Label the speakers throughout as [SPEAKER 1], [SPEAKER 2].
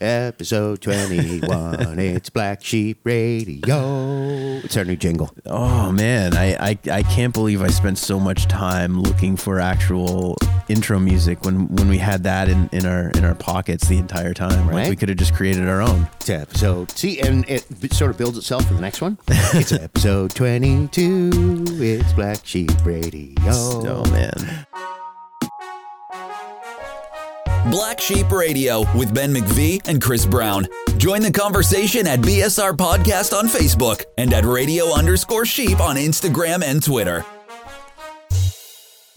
[SPEAKER 1] episode 21. it's Black Sheep Radio. It's our new jingle.
[SPEAKER 2] Oh man, I, I I can't believe I spent so much time looking for actual intro music when when we had that in, in our in our pockets the entire time. Right?
[SPEAKER 1] Right.
[SPEAKER 2] We could have just created our own.
[SPEAKER 1] It's episode. See, and it b- sort of builds itself for the next one. It's episode 22. It's Black Sheep Radio.
[SPEAKER 2] Oh man.
[SPEAKER 3] Black Sheep Radio with Ben McVee and Chris Brown. Join the conversation at BSR Podcast on Facebook and at radio underscore sheep on Instagram and Twitter.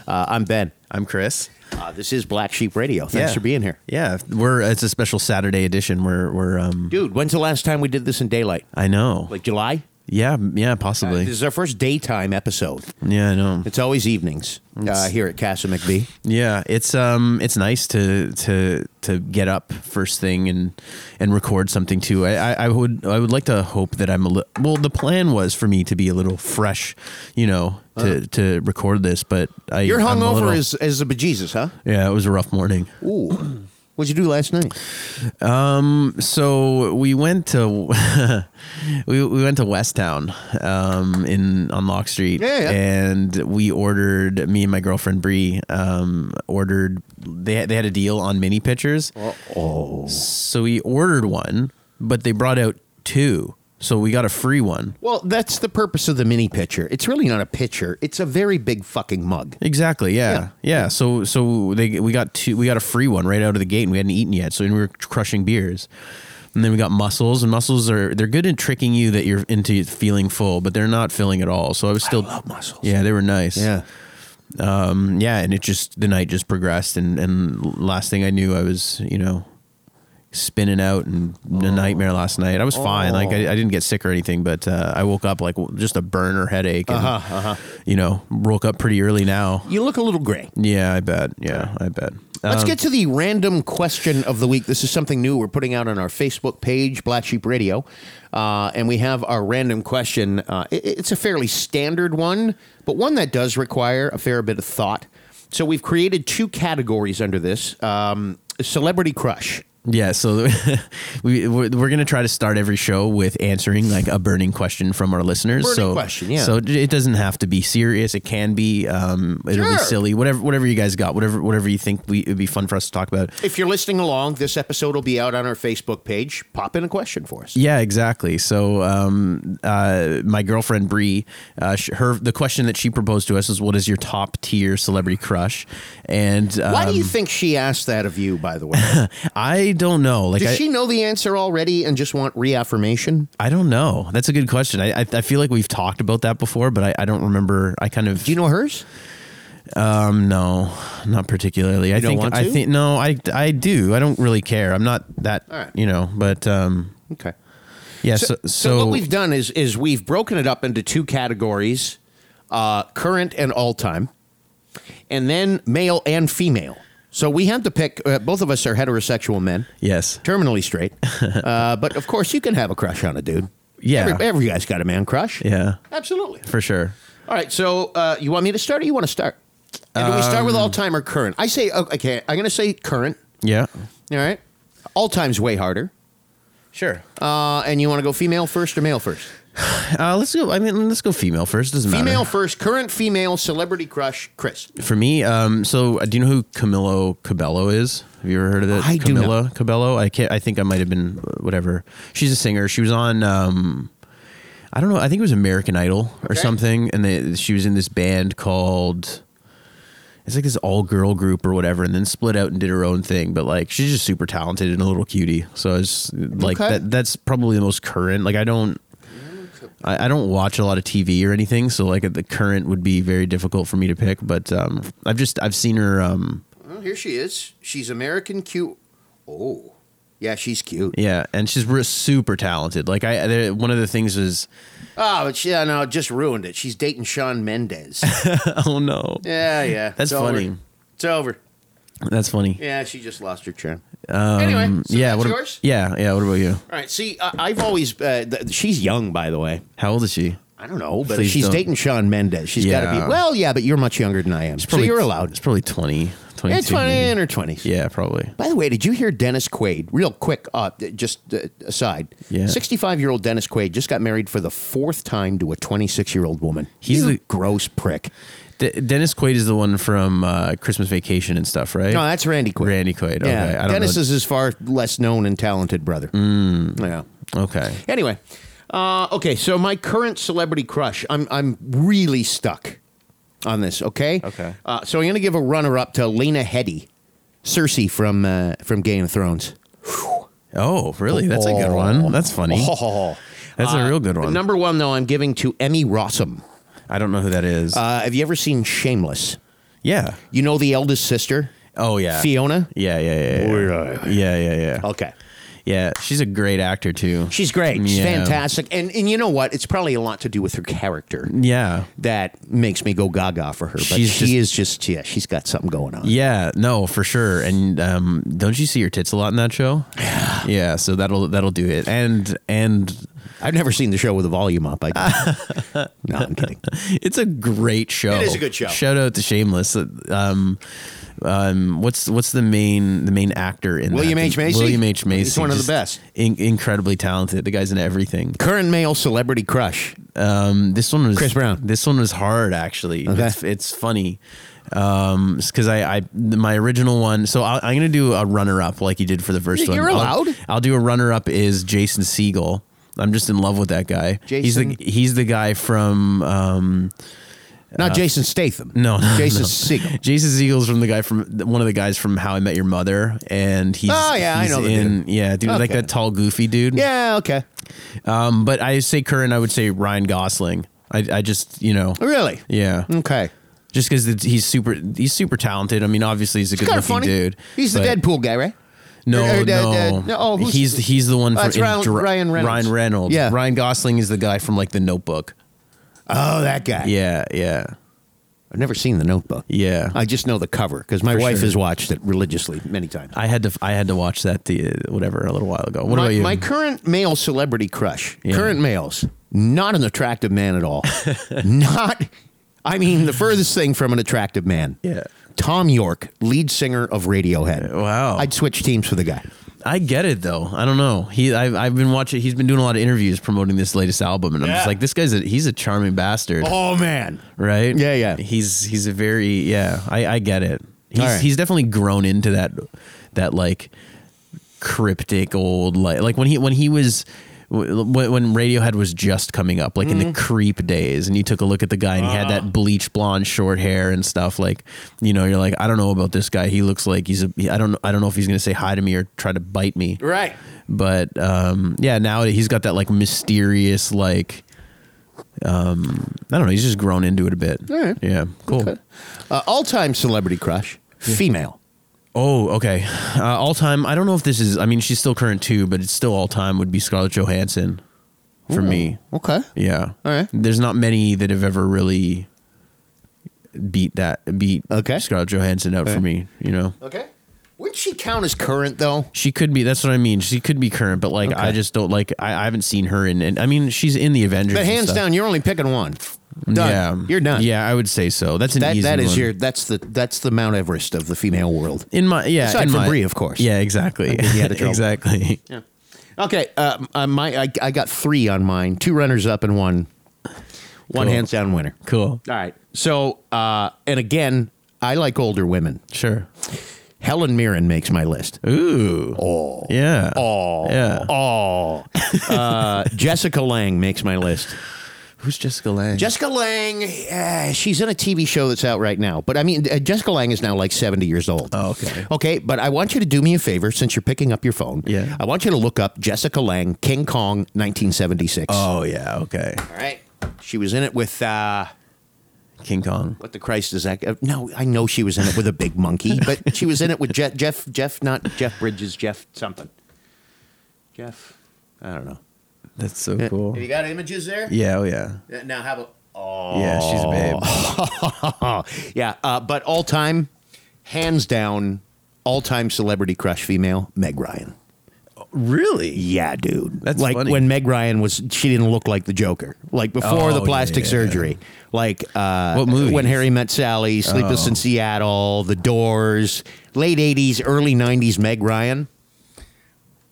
[SPEAKER 1] Uh, I'm Ben.
[SPEAKER 2] I'm Chris.
[SPEAKER 1] Uh, this is Black Sheep Radio. Thanks
[SPEAKER 2] Yeah.
[SPEAKER 1] for being here.
[SPEAKER 2] Yeah, we're it's a special Saturday edition. We're we're um
[SPEAKER 1] Dude, when's the last time we did this in daylight?
[SPEAKER 2] I know.
[SPEAKER 1] Like July?
[SPEAKER 2] yeah, yeah,
[SPEAKER 1] This
[SPEAKER 2] possibly.
[SPEAKER 1] is our first daytime episode.
[SPEAKER 2] yeah, I know.
[SPEAKER 1] It's always evenings uh, here at Casa McBee.
[SPEAKER 2] Yeah, it's um, it's nice to to to get up first thing and and record something too. I, I, I would I would like to hope that I'm a little. Well, the plan was for me to be a little fresh, you know, to to record this, but I
[SPEAKER 1] You're
[SPEAKER 2] I'm a
[SPEAKER 1] hungover
[SPEAKER 2] little-
[SPEAKER 1] as, as a bejesus, huh?
[SPEAKER 2] yeah. It was a rough morning.
[SPEAKER 1] Ooh. What'd you do last night?
[SPEAKER 2] So we went to we, we went to Westtown um, in on Lock Street,
[SPEAKER 1] Yeah, yeah.
[SPEAKER 2] and we ordered me and my girlfriend Bree um, ordered they they had a deal on mini pitchers.
[SPEAKER 1] Oh.
[SPEAKER 2] So we ordered one, but they brought out two. So we got a free one.
[SPEAKER 1] Well, that's the purpose of the mini pitcher. It's really not a pitcher. It's a very big fucking mug.
[SPEAKER 2] Exactly. Yeah. Yeah. So so they we got two we got a free one right out of the gate and we hadn't eaten yet. So we were crushing beers. And then we got mussels and mussels are they're good at tricking you that you're into feeling full, but they're not filling at all. So I was still
[SPEAKER 1] love mussels.
[SPEAKER 2] Yeah, they were nice. Mm, Yeah, and it just the night just progressed and and last thing I knew I was, you know, spinning out and a nightmare last night. I was fine. Like I, I didn't get sick or anything, but uh, I woke up like w- just a burner headache and you know, woke up pretty early now.
[SPEAKER 1] You look a little gray.
[SPEAKER 2] Yeah, I bet. Yeah, I bet.
[SPEAKER 1] Let's
[SPEAKER 2] Um,
[SPEAKER 1] get to the random question of the week. This is something new we're putting out on our Facebook page, Black Sheep Radio. Uh, and we have our random question. Uh, it- it's a fairly standard one, but one that does require a fair bit of thought. So we've created two categories under this um, celebrity crush.
[SPEAKER 2] Yeah, so we we're, we're gonna try to start every show with answering like a burning question from our listeners.
[SPEAKER 1] Burning
[SPEAKER 2] so
[SPEAKER 1] question, yeah.
[SPEAKER 2] So it doesn't have to be serious. It can be um, it'll
[SPEAKER 1] Sure.
[SPEAKER 2] be silly. Whatever whatever you guys got. Whatever whatever you think we it'd be fun for us to talk about.
[SPEAKER 1] If you're listening along, this episode will be out on our Facebook page. Pop in a question for us.
[SPEAKER 2] Yeah, exactly. So, um, uh, my girlfriend Bree, uh, sh- her the question that she proposed to us is, "What is your top tier celebrity crush?" And um,
[SPEAKER 1] Why do you think she asked that of you, by the way?
[SPEAKER 2] I don't know. Like,
[SPEAKER 1] Does
[SPEAKER 2] I,
[SPEAKER 1] she know the answer already and just want reaffirmation?
[SPEAKER 2] I don't know. That's a good question. I, I, I feel like we've talked about that before, but I, I don't remember. I kind of
[SPEAKER 1] Do you know hers?
[SPEAKER 2] um no, not particularly. I
[SPEAKER 1] don't
[SPEAKER 2] think
[SPEAKER 1] want
[SPEAKER 2] I
[SPEAKER 1] to?
[SPEAKER 2] think no. I I do. I don't really care. I'm not that
[SPEAKER 1] All right.
[SPEAKER 2] you know. But um
[SPEAKER 1] Okay.
[SPEAKER 2] yeah. So so,
[SPEAKER 1] So, what we've done is is we've broken it up into two categories, uh, current and all time, and then male and female. So we had to pick. Uh, both of us are heterosexual men,
[SPEAKER 2] yes.
[SPEAKER 1] terminally straight. uh, but of course, you can have a crush on a dude.
[SPEAKER 2] Yeah.
[SPEAKER 1] every, every guy's got a man crush.
[SPEAKER 2] Yeah.
[SPEAKER 1] absolutely.
[SPEAKER 2] For sure.
[SPEAKER 1] All right, so uh, you want me to start, or you want to start? And do we start
[SPEAKER 2] Um,
[SPEAKER 1] with all time or current? I say okay. I'm going to say current.
[SPEAKER 2] Yeah.
[SPEAKER 1] All right, all time's way harder.
[SPEAKER 2] Sure.
[SPEAKER 1] Uh, and you want to go female first or male first?
[SPEAKER 2] Uh, let's go. I mean, let's go female first. Doesn't
[SPEAKER 1] Female
[SPEAKER 2] matter.
[SPEAKER 1] first, current female celebrity crush, Chris.
[SPEAKER 2] For me, um, so uh, do you know who Camilo Cabello is? Have you ever heard of it?
[SPEAKER 1] I do
[SPEAKER 2] Camila Cabello. I can't. I think I might have been uh, whatever. She's a singer. She was on. Um, I don't know. I think it was American Idol or
[SPEAKER 1] Okay.
[SPEAKER 2] something, and they, she was in this band called. It's like this all girl group or whatever, and then split out and did her own thing. But like, she's just super talented and a little cutie. So it's like
[SPEAKER 1] Okay.
[SPEAKER 2] that. That's probably the most current. Like, I don't. I, I don't watch a lot of TV or anything, so like at the current would be very difficult for me to pick. But um, I've just I've seen her. Um,
[SPEAKER 1] Well, Oh, here she is. She's American cute. Oh, yeah, she's cute.
[SPEAKER 2] yeah, and she's re- super talented. Like I, there, one of the things is,
[SPEAKER 1] Oh, but yeah, no, just ruined it. She's dating Sean Mendez.
[SPEAKER 2] oh no,
[SPEAKER 1] yeah, yeah. it's
[SPEAKER 2] That's
[SPEAKER 1] over.
[SPEAKER 2] funny.
[SPEAKER 1] It's over.
[SPEAKER 2] that's funny. Mm,
[SPEAKER 1] Yeah, she just lost her charm. anyway, so
[SPEAKER 2] Um, yeah,
[SPEAKER 1] that's
[SPEAKER 2] what? ab-
[SPEAKER 1] yours?
[SPEAKER 2] Yeah, yeah. What about you?
[SPEAKER 1] All right. See, I I've always. Uh, th- she's young, by the way.
[SPEAKER 2] How old is she?
[SPEAKER 1] I don't know, but if
[SPEAKER 2] Please
[SPEAKER 1] she's
[SPEAKER 2] don't.
[SPEAKER 1] dating Sean Mendez. She's got to
[SPEAKER 2] Yeah.
[SPEAKER 1] be. Well, yeah, but you're much younger than I am, so you're allowed.
[SPEAKER 2] It's probably 20, 22.
[SPEAKER 1] It's twenty
[SPEAKER 2] maybe.
[SPEAKER 1] in her twenties.
[SPEAKER 2] Yeah, probably.
[SPEAKER 1] By the way, did you hear Dennis Quaid? Real quick, uh, just uh, aside.
[SPEAKER 2] Yeah.
[SPEAKER 1] 65 year old Dennis Quaid just got married for the fourth time to a 26 year old woman.
[SPEAKER 2] He's
[SPEAKER 1] You
[SPEAKER 2] the-
[SPEAKER 1] gross prick.
[SPEAKER 2] De- Dennis Quaid is the one from uh, Christmas Vacation and stuff, right?
[SPEAKER 1] No, that's Randy Quaid.
[SPEAKER 2] Randy Quaid. Okay.
[SPEAKER 1] Yeah.
[SPEAKER 2] I don't
[SPEAKER 1] Dennis
[SPEAKER 2] know. Mm.
[SPEAKER 1] is his far less known and talented brother. Yeah.
[SPEAKER 2] Okay.
[SPEAKER 1] Anyway, uh, okay, so my current celebrity crush, I'm, I'm really stuck on this, okay?
[SPEAKER 2] Okay.
[SPEAKER 1] Uh, so I'm going to give a runner up to Lena Headey, Cersei from, uh, from Game of Thrones.
[SPEAKER 2] Oh, really? That's a good
[SPEAKER 1] Oh.
[SPEAKER 2] one. That's funny. That's a real good one.
[SPEAKER 1] Uh, Number one, though, I'm giving to Emmy Rossum.
[SPEAKER 2] I don't know who that is.
[SPEAKER 1] Uh, have you ever seen Shameless?
[SPEAKER 2] yeah.
[SPEAKER 1] You know the eldest sister,
[SPEAKER 2] Oh yeah.
[SPEAKER 1] Fiona. Oh.
[SPEAKER 2] Yeah, yeah, yeah. Yeah, yeah, yeah. yeah, yeah.
[SPEAKER 1] Okay,
[SPEAKER 2] Yeah, she's a great actor too.
[SPEAKER 1] she's great. She's
[SPEAKER 2] Yeah.
[SPEAKER 1] fantastic. And and you know what? It's probably a lot to do with her character
[SPEAKER 2] Yeah.
[SPEAKER 1] that makes me go gaga for her. But
[SPEAKER 2] She's
[SPEAKER 1] she is just yeah, she's got something going on.
[SPEAKER 2] Yeah, no, for sure. And um, don't you see her tits a lot in that show? yeah, so that'll that'll do it. And and
[SPEAKER 1] I've never seen the show with the volume up. I no, I'm kidding.
[SPEAKER 2] it's a great show.
[SPEAKER 1] It is a good show.
[SPEAKER 2] Shout out to Shameless. Um, um, what's what's the main the main actor in
[SPEAKER 1] William
[SPEAKER 2] that?
[SPEAKER 1] H. Macy?
[SPEAKER 2] William H Macy.
[SPEAKER 1] He's one of the
[SPEAKER 2] Just
[SPEAKER 1] best.
[SPEAKER 2] in- incredibly talented. The guy's in everything.
[SPEAKER 1] Current male celebrity crush.
[SPEAKER 2] Um, this one was
[SPEAKER 1] Chris Brown.
[SPEAKER 2] This one was hard actually. It's, it's funny. Um, because I, I, my original one. So I, I'm gonna do a runner up like you did for the first one.
[SPEAKER 1] You're
[SPEAKER 2] I'll-
[SPEAKER 1] allowed.
[SPEAKER 2] I'll, do a runner up is Jason Siegel. I'm just in love with that guy.
[SPEAKER 1] Jason-
[SPEAKER 2] He's the he's the guy from um
[SPEAKER 1] Not Jason Statham.
[SPEAKER 2] no, no,
[SPEAKER 1] Jason
[SPEAKER 2] no.
[SPEAKER 1] Segel.
[SPEAKER 2] Jason Siegel's from the guy from one of the guys from How I Met Your Mother, and he's
[SPEAKER 1] Oh, yeah, I
[SPEAKER 2] he's
[SPEAKER 1] know the
[SPEAKER 2] in yeah dude like
[SPEAKER 1] Okay.
[SPEAKER 2] that tall goofy dude
[SPEAKER 1] Yeah. Okay.
[SPEAKER 2] Um, but I say current I would say Ryan Gosling. I I just you know
[SPEAKER 1] Really.
[SPEAKER 2] yeah
[SPEAKER 1] Okay.
[SPEAKER 2] just because he's super he's super talented. I mean, obviously he's a good
[SPEAKER 1] Kind
[SPEAKER 2] looking
[SPEAKER 1] of funny,
[SPEAKER 2] dude.
[SPEAKER 1] He's the
[SPEAKER 2] but-
[SPEAKER 1] Deadpool guy, right?
[SPEAKER 2] No,
[SPEAKER 1] or the-
[SPEAKER 2] no,
[SPEAKER 1] the- no, oh, who's-
[SPEAKER 2] he's he's the one.
[SPEAKER 1] Oh,
[SPEAKER 2] from
[SPEAKER 1] it's Ryan- Ryan Reynolds.
[SPEAKER 2] Ryan Reynolds.
[SPEAKER 1] Yeah.
[SPEAKER 2] Ryan Gosling is the guy from like The Notebook.
[SPEAKER 1] Oh, that guy.
[SPEAKER 2] Yeah, yeah,
[SPEAKER 1] I've never seen The Notebook.
[SPEAKER 2] yeah.
[SPEAKER 1] I just know the cover because my wife
[SPEAKER 2] sure.
[SPEAKER 1] has watched it religiously many times.
[SPEAKER 2] I had to I had to watch that the whatever a little while ago. What
[SPEAKER 1] my,
[SPEAKER 2] about you?
[SPEAKER 1] my current male celebrity crush,
[SPEAKER 2] Yeah.
[SPEAKER 1] current males, not an attractive man at all. not, I mean, the furthest thing from an attractive man.
[SPEAKER 2] Yeah.
[SPEAKER 1] Tom York, lead singer of Radiohead.
[SPEAKER 2] Wow.
[SPEAKER 1] I'd switch teams for the guy.
[SPEAKER 2] I get it though. I don't know. He I, I've been watching. He's been doing a lot of interviews promoting this latest album, and I'm
[SPEAKER 1] Yeah.
[SPEAKER 2] just like, this guy's a, he's a charming bastard.
[SPEAKER 1] Oh, man.
[SPEAKER 2] right?
[SPEAKER 1] Yeah, yeah.
[SPEAKER 2] He's he's a very yeah. I I get it. He's
[SPEAKER 1] All right.
[SPEAKER 2] he's definitely grown into that that like cryptic old like like when he when he was when when Radiohead was just coming up like
[SPEAKER 1] Mm-hmm.
[SPEAKER 2] in the creep days and you took a look at the guy and he had
[SPEAKER 1] Ah.
[SPEAKER 2] that bleach blonde short hair and stuff like you know you're like I don't know about this guy he looks like he's a I don't I don't know if he's going to say hi to me or try to bite me
[SPEAKER 1] Right.
[SPEAKER 2] but um yeah now he's got that like mysterious like um i don't know he's just grown into it a bit
[SPEAKER 1] All right.
[SPEAKER 2] yeah cool
[SPEAKER 1] Uh, All time celebrity crush, female.
[SPEAKER 2] oh okay uh, all time i don't know if this is i mean she's still current too but it's still all time would be scarlett johansson for me
[SPEAKER 1] Okay.
[SPEAKER 2] yeah
[SPEAKER 1] All right.
[SPEAKER 2] there's not many that have ever really beat that beat
[SPEAKER 1] Okay.
[SPEAKER 2] scarlett johansson out for me you know
[SPEAKER 1] Okay. Wouldn't she count as current, though?
[SPEAKER 2] She could be. That's what I mean. She could be current, but like I
[SPEAKER 1] Okay.
[SPEAKER 2] just don't like. I, I haven't seen her in. And I mean, she's in the Avengers.
[SPEAKER 1] But
[SPEAKER 2] and
[SPEAKER 1] hands
[SPEAKER 2] stuff.
[SPEAKER 1] down, you're only picking one. Done.
[SPEAKER 2] Yeah,
[SPEAKER 1] You're done.
[SPEAKER 2] Yeah, I would say so. That's an
[SPEAKER 1] That
[SPEAKER 2] easy
[SPEAKER 1] that is
[SPEAKER 2] one.
[SPEAKER 1] your that's the that's the Mount Everest of the female world.
[SPEAKER 2] in my yeah.
[SPEAKER 1] Aside
[SPEAKER 2] in
[SPEAKER 1] from
[SPEAKER 2] my-
[SPEAKER 1] Brie, of course.
[SPEAKER 2] Yeah, exactly.
[SPEAKER 1] you out of trouble.
[SPEAKER 2] exactly.
[SPEAKER 1] Okay, uh, uh, my I, I got three on mine. Two runners up and one one
[SPEAKER 2] Cool.
[SPEAKER 1] hands down winner.
[SPEAKER 2] Cool.
[SPEAKER 1] All right. So uh, and again, I like older women.
[SPEAKER 2] Sure.
[SPEAKER 1] Helen Mirren makes my list.
[SPEAKER 2] Ooh.
[SPEAKER 1] Oh.
[SPEAKER 2] Yeah.
[SPEAKER 1] Oh.
[SPEAKER 2] Yeah.
[SPEAKER 1] Oh. uh, Jessica Lang makes my list.
[SPEAKER 2] Who's Jessica Lange?
[SPEAKER 1] Jessica Lang, uh, she's in a TV show that's out right now. But I mean, uh, Jessica Lang is now like 70 years old.
[SPEAKER 2] Oh, okay.
[SPEAKER 1] Okay, but I want you to do me a favor since you're picking up your phone.
[SPEAKER 2] Yeah.
[SPEAKER 1] I want you to look up Jessica Lang, King Kong, 1976.
[SPEAKER 2] oh yeah. Okay.
[SPEAKER 1] All right. She was in it with, uh,
[SPEAKER 2] King Kong.
[SPEAKER 1] what the Christ is that? Uh, no, I know she was in it with a big monkey, but she was in it with Jeff, Jeff, Jeff, not Jeff Bridges, Jeff something. Jeff, I don't know.
[SPEAKER 2] That's so cool.
[SPEAKER 1] Have you got images there?
[SPEAKER 2] Yeah. Oh yeah.
[SPEAKER 1] Uh, Now, how about. Oh.
[SPEAKER 2] Yeah. She's a babe.
[SPEAKER 1] Yeah, uh, but all time, hands down, all time celebrity crush female, Meg Ryan.
[SPEAKER 2] Really?
[SPEAKER 1] Yeah, dude.
[SPEAKER 2] That's
[SPEAKER 1] like
[SPEAKER 2] funny.
[SPEAKER 1] when Meg Ryan was she didn't look like the Joker. Like before
[SPEAKER 2] Oh,
[SPEAKER 1] the plastic
[SPEAKER 2] yeah.
[SPEAKER 1] surgery. Like uh
[SPEAKER 2] What movies?
[SPEAKER 1] when Harry met Sally, Sleepless in Seattle, The Doors, late 80s, early 90s Meg Ryan.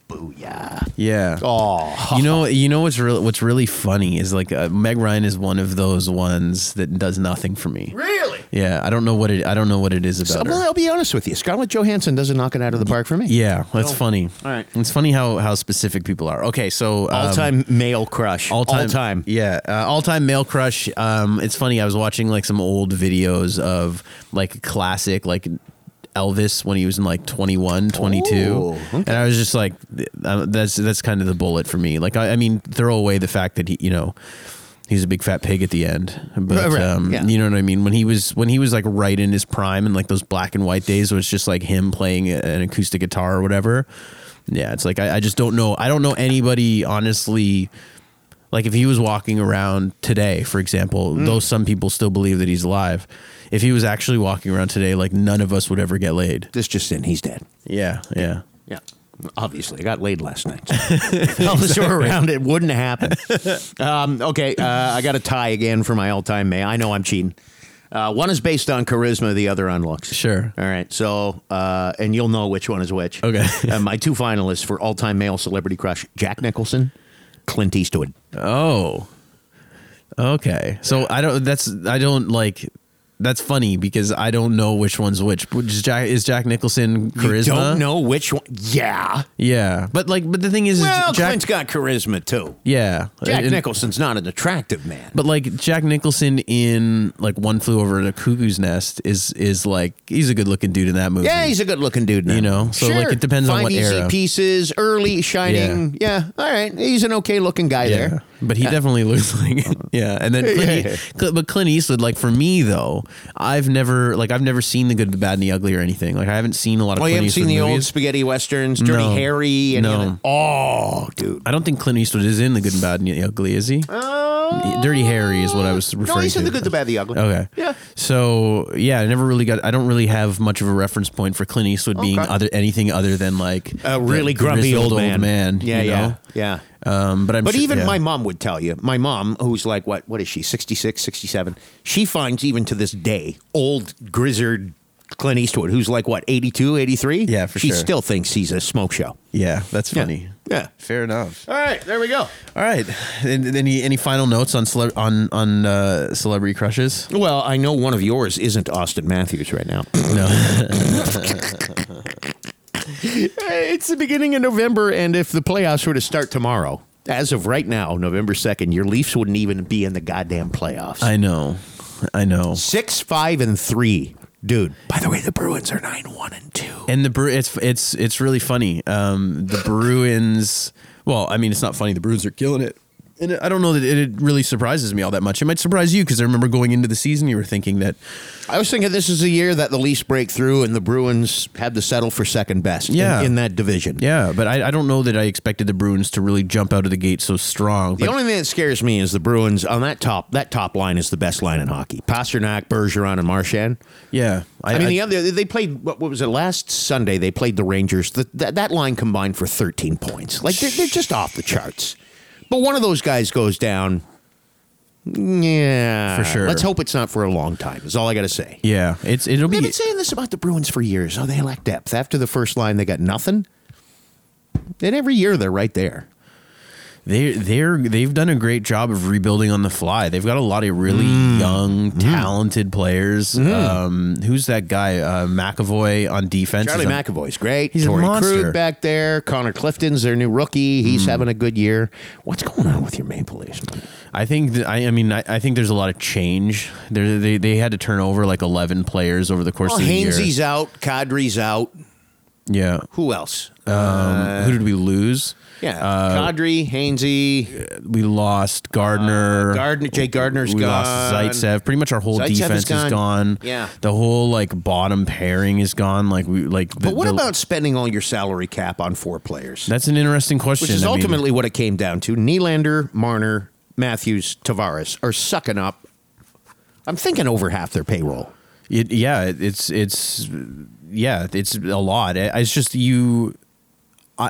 [SPEAKER 1] Booyah.
[SPEAKER 2] Yeah.
[SPEAKER 1] Oh.
[SPEAKER 2] You know, you know what's real, what's really funny is like uh, Meg Ryan is one of those ones that does nothing for me.
[SPEAKER 1] Really?
[SPEAKER 2] Yeah, I don't know what it I don't know what it is about her.
[SPEAKER 1] well, I'll be honest with you. Scarlett Johansson doesn't knock it out of the park for me.
[SPEAKER 2] Yeah, that's
[SPEAKER 1] No.
[SPEAKER 2] funny.
[SPEAKER 1] All right.
[SPEAKER 2] it's funny how how specific people are. Okay, so um,
[SPEAKER 1] All time male crush.
[SPEAKER 2] all time,
[SPEAKER 1] All time.
[SPEAKER 2] yeah, uh, all time male crush. Um, it's funny. I was watching like some old videos of like classic like Elvis when he was in like 21, 22.
[SPEAKER 1] Ooh, okay.
[SPEAKER 2] and I was just like, th- uh, that's that's kind of the bullet for me. Like, I, I mean, throw away the fact that he, you know. He's a big fat pig at the end, but
[SPEAKER 1] Right, right,
[SPEAKER 2] um,
[SPEAKER 1] yeah.
[SPEAKER 2] you know what I mean. When he was when he was like right in his prime and like those black and white days, where it's just like him playing an acoustic guitar or whatever. Yeah, it's like I, I just don't know. I don't know anybody honestly like if he was walking around today, for example,
[SPEAKER 1] Mm.
[SPEAKER 2] though some people still believe that he's alive, if he was actually walking around today, like none of us would ever get laid.
[SPEAKER 1] This just in. He's dead.
[SPEAKER 2] Yeah, yeah.
[SPEAKER 1] Yeah. Obviously, I got laid last night. If Elvis were around, it wouldn't happen. Um, okay, uh, I got a tie again for my all-time May. I know I'm cheating. Uh, one is based on charisma, the other on looks.
[SPEAKER 2] Sure.
[SPEAKER 1] All right. So, uh, and you'll know which one is which.
[SPEAKER 2] Okay.
[SPEAKER 1] uh, my two finalists for all-time male celebrity crush: Jack Nicholson, Clint Eastwood.
[SPEAKER 2] Oh. Okay. So I don't that's I don't like that's funny because I don't know which one's which. Is Jack, is Jack Nicholson charisma?
[SPEAKER 1] You don't know which one? Yeah.
[SPEAKER 2] Yeah. But like but the thing is, is
[SPEAKER 1] Well,
[SPEAKER 2] Jack Uh,
[SPEAKER 1] Clint's got charisma too.
[SPEAKER 2] Yeah.
[SPEAKER 1] Jack
[SPEAKER 2] And-
[SPEAKER 1] Nicholson's not an attractive man.
[SPEAKER 2] But like Jack Nicholson in like One Flew Over the Cuckoo's Nest is is like he's a good looking dude in that movie.
[SPEAKER 1] Yeah, he's a good-looking dude now.
[SPEAKER 2] You know, so, like, it depends on
[SPEAKER 1] Five
[SPEAKER 2] what
[SPEAKER 1] easy
[SPEAKER 2] era.
[SPEAKER 1] pieces, early shining. Yeah. all right. He's an okay-looking guy there.
[SPEAKER 2] But he definitely looks like yeah, and then Clint, E,
[SPEAKER 1] Yeah.
[SPEAKER 2] Cl- but Clint Eastwood, like for me though, I've never like I've never seen the Good, the Bad, and the Ugly or anything. Like I haven't seen a lot of.
[SPEAKER 1] Oh,
[SPEAKER 2] Clint
[SPEAKER 1] you haven't seen
[SPEAKER 2] Eastwood
[SPEAKER 1] the old
[SPEAKER 2] movies.
[SPEAKER 1] spaghetti westerns, Dirty
[SPEAKER 2] No.
[SPEAKER 1] Harry, and
[SPEAKER 2] No.
[SPEAKER 1] the other- oh, dude.
[SPEAKER 2] I don't think Clint Eastwood is in the Good, and Bad, and the Ugly, is he?
[SPEAKER 1] Oh.
[SPEAKER 2] Dirty Harry is what I was referring
[SPEAKER 1] No, he's
[SPEAKER 2] to. Oh,
[SPEAKER 1] in the good, the bad, the ugly.
[SPEAKER 2] Okay.
[SPEAKER 1] Yeah.
[SPEAKER 2] So yeah, I never really got. I don't really have much of a reference point for Clint Eastwood being
[SPEAKER 1] Okay.
[SPEAKER 2] other anything other than like
[SPEAKER 1] A
[SPEAKER 2] the
[SPEAKER 1] really grumpy
[SPEAKER 2] grizzled
[SPEAKER 1] old man. Yeah,
[SPEAKER 2] you
[SPEAKER 1] yeah,
[SPEAKER 2] know?
[SPEAKER 1] yeah.
[SPEAKER 2] Um, but I'm.
[SPEAKER 1] But
[SPEAKER 2] sure-
[SPEAKER 1] even
[SPEAKER 2] yeah.
[SPEAKER 1] my mom would tell you, my mom, who's like, what, what is she, 66, 67, she finds even to this day, old grizzard Clint Eastwood, who's like, what, 82, 83?
[SPEAKER 2] Yeah, for
[SPEAKER 1] she
[SPEAKER 2] sure.
[SPEAKER 1] She still thinks he's a smoke show.
[SPEAKER 2] Yeah, that's
[SPEAKER 1] Yeah.
[SPEAKER 2] funny.
[SPEAKER 1] Yeah.
[SPEAKER 2] Fair enough.
[SPEAKER 1] All right, there we go.
[SPEAKER 2] All right. And, any any final notes on cele- on on uh, celebrity crushes?
[SPEAKER 1] Well, I know one of yours isn't Austin Matthews right now.
[SPEAKER 2] No.
[SPEAKER 1] Eh, it's the beginning of November, and if the playoffs were to start tomorrow, as of right now, November 2nd, your Leafs wouldn't even be in the goddamn playoffs.
[SPEAKER 2] I know. I know.
[SPEAKER 1] Six, five, and three. Dude. By the way, the Bruins are nine, one, and two.
[SPEAKER 2] And the Bru- it's it's it's really funny. Um, the Bruins. Well, I mean, it's not funny. The Bruins are killing it, and I don't know that it, it really surprises me all that much. It might surprise you because I remember going into the season, you were thinking that
[SPEAKER 1] I was thinking this is a year that the Leafs break through and the Bruins have to settle for second best in-
[SPEAKER 2] Yeah.
[SPEAKER 1] in, that division.
[SPEAKER 2] yeah, but I, I don't know that I expected the Bruins to really jump out of the gate so strong.
[SPEAKER 1] The
[SPEAKER 2] But
[SPEAKER 1] only thing that scares me is the Bruins on that top. That top line is the best line in hockey. Pasternak, Bergeron, and Marchand.
[SPEAKER 2] yeah,
[SPEAKER 1] I, mean, the other they played. What, what was it last Sunday? They played the Rangers. The, that that line combined for 13 points. Like they're, they're just off the charts. But one of those guys goes down. Yeah,
[SPEAKER 2] For sure.
[SPEAKER 1] Let's hope it's not for a long time. Is all I got to say.
[SPEAKER 2] yeah, it's it'll
[SPEAKER 1] They've
[SPEAKER 2] be
[SPEAKER 1] been saying this about the Bruins for years. Oh, they lack depth. After the first line, they got nothing. And every year they're right there.
[SPEAKER 2] they they're they've done a great job of rebuilding on the fly. They've got a lot of really
[SPEAKER 1] Mm.
[SPEAKER 2] young,
[SPEAKER 1] Mm-hmm.
[SPEAKER 2] talented players. Um, who's that guy? Uh, McAvoy on defense.
[SPEAKER 1] Charlie
[SPEAKER 2] is a-
[SPEAKER 1] McAvoy's great.
[SPEAKER 2] He's a
[SPEAKER 1] Torrey
[SPEAKER 2] monster.
[SPEAKER 1] Krug back there. Connor Clifton's their new rookie. He's having a good year. What's going on with your Maple Leafs? man?
[SPEAKER 2] I think th- I, I mean I, I think there's a lot of change. There they they had to turn over like 11 players over the course
[SPEAKER 1] Well,
[SPEAKER 2] of the year.
[SPEAKER 1] Oh, Hainsey's out. Kadri's out.
[SPEAKER 2] Yeah.
[SPEAKER 1] Who else?
[SPEAKER 2] Um, who did we lose?
[SPEAKER 1] Uh, yeah,
[SPEAKER 2] Uh,
[SPEAKER 1] Kadri, Hainsey,
[SPEAKER 2] we lost Gardner.
[SPEAKER 1] Gardner. Jake Uh, Gardner's
[SPEAKER 2] we
[SPEAKER 1] gone.
[SPEAKER 2] lost Zaitsev. Pretty much our whole
[SPEAKER 1] er, Zaitsev is
[SPEAKER 2] defense is gone.
[SPEAKER 1] gone. Yeah.
[SPEAKER 2] The whole like bottom pairing is gone. Like we like. the-
[SPEAKER 1] But what
[SPEAKER 2] the-
[SPEAKER 1] about spending all your salary cap on four players?
[SPEAKER 2] That's an interesting question.
[SPEAKER 1] which is
[SPEAKER 2] I mean,
[SPEAKER 1] ultimately what it came down to. Nylander, Marner, Matthews, Tavares are sucking up. I'm thinking over half their payroll.
[SPEAKER 2] it, yeah, it- it's it's yeah, it's a lot. It- It's just you. I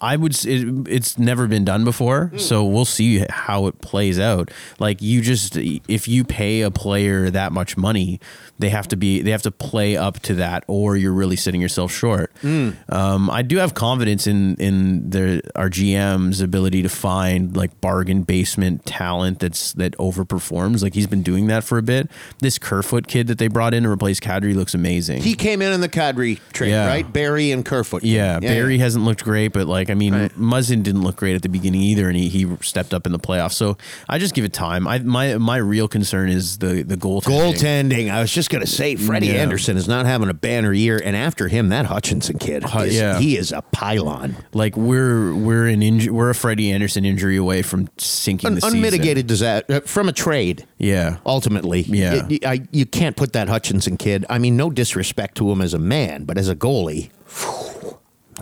[SPEAKER 2] I would. s- It, it's never been done before, so we'll see how it plays out. Like you just, if you pay a player that much money, they have to be, they have to play up to that, or you're really sitting yourself short. Um, I do have confidence in in their our GM's ability to find like bargain basement talent that's that overperforms. Like he's been doing that for a bit. This Kerfoot kid that they brought in to replace Kadri looks amazing.
[SPEAKER 1] He came in in the Kadri trade,
[SPEAKER 2] Yeah.
[SPEAKER 1] right? Barry and Kerfoot.
[SPEAKER 2] Yeah, Barry hasn't looked great, but like I mean, Muzzin didn't look great at the beginning either, and he, he stepped up in the playoffs. So I just give it time. I my my real concern is the the goal
[SPEAKER 1] Goaltending. I was just going to say, Freddie
[SPEAKER 2] Yeah.
[SPEAKER 1] Anderson is not having a banner year, and after him, that Hutchinson kid, is,
[SPEAKER 2] yeah.
[SPEAKER 1] he is a pylon,
[SPEAKER 2] Like we're we're an inju- we're a Freddie Anderson injury away from sinking
[SPEAKER 1] an
[SPEAKER 2] the season.
[SPEAKER 1] unmitigated Oh. disaster from a trade.
[SPEAKER 2] Yeah,
[SPEAKER 1] Ultimately,
[SPEAKER 2] Yeah.
[SPEAKER 1] Y- y- I- you can't put that Hutchinson kid. I mean, no disrespect to him as a man, but as a goalie, man,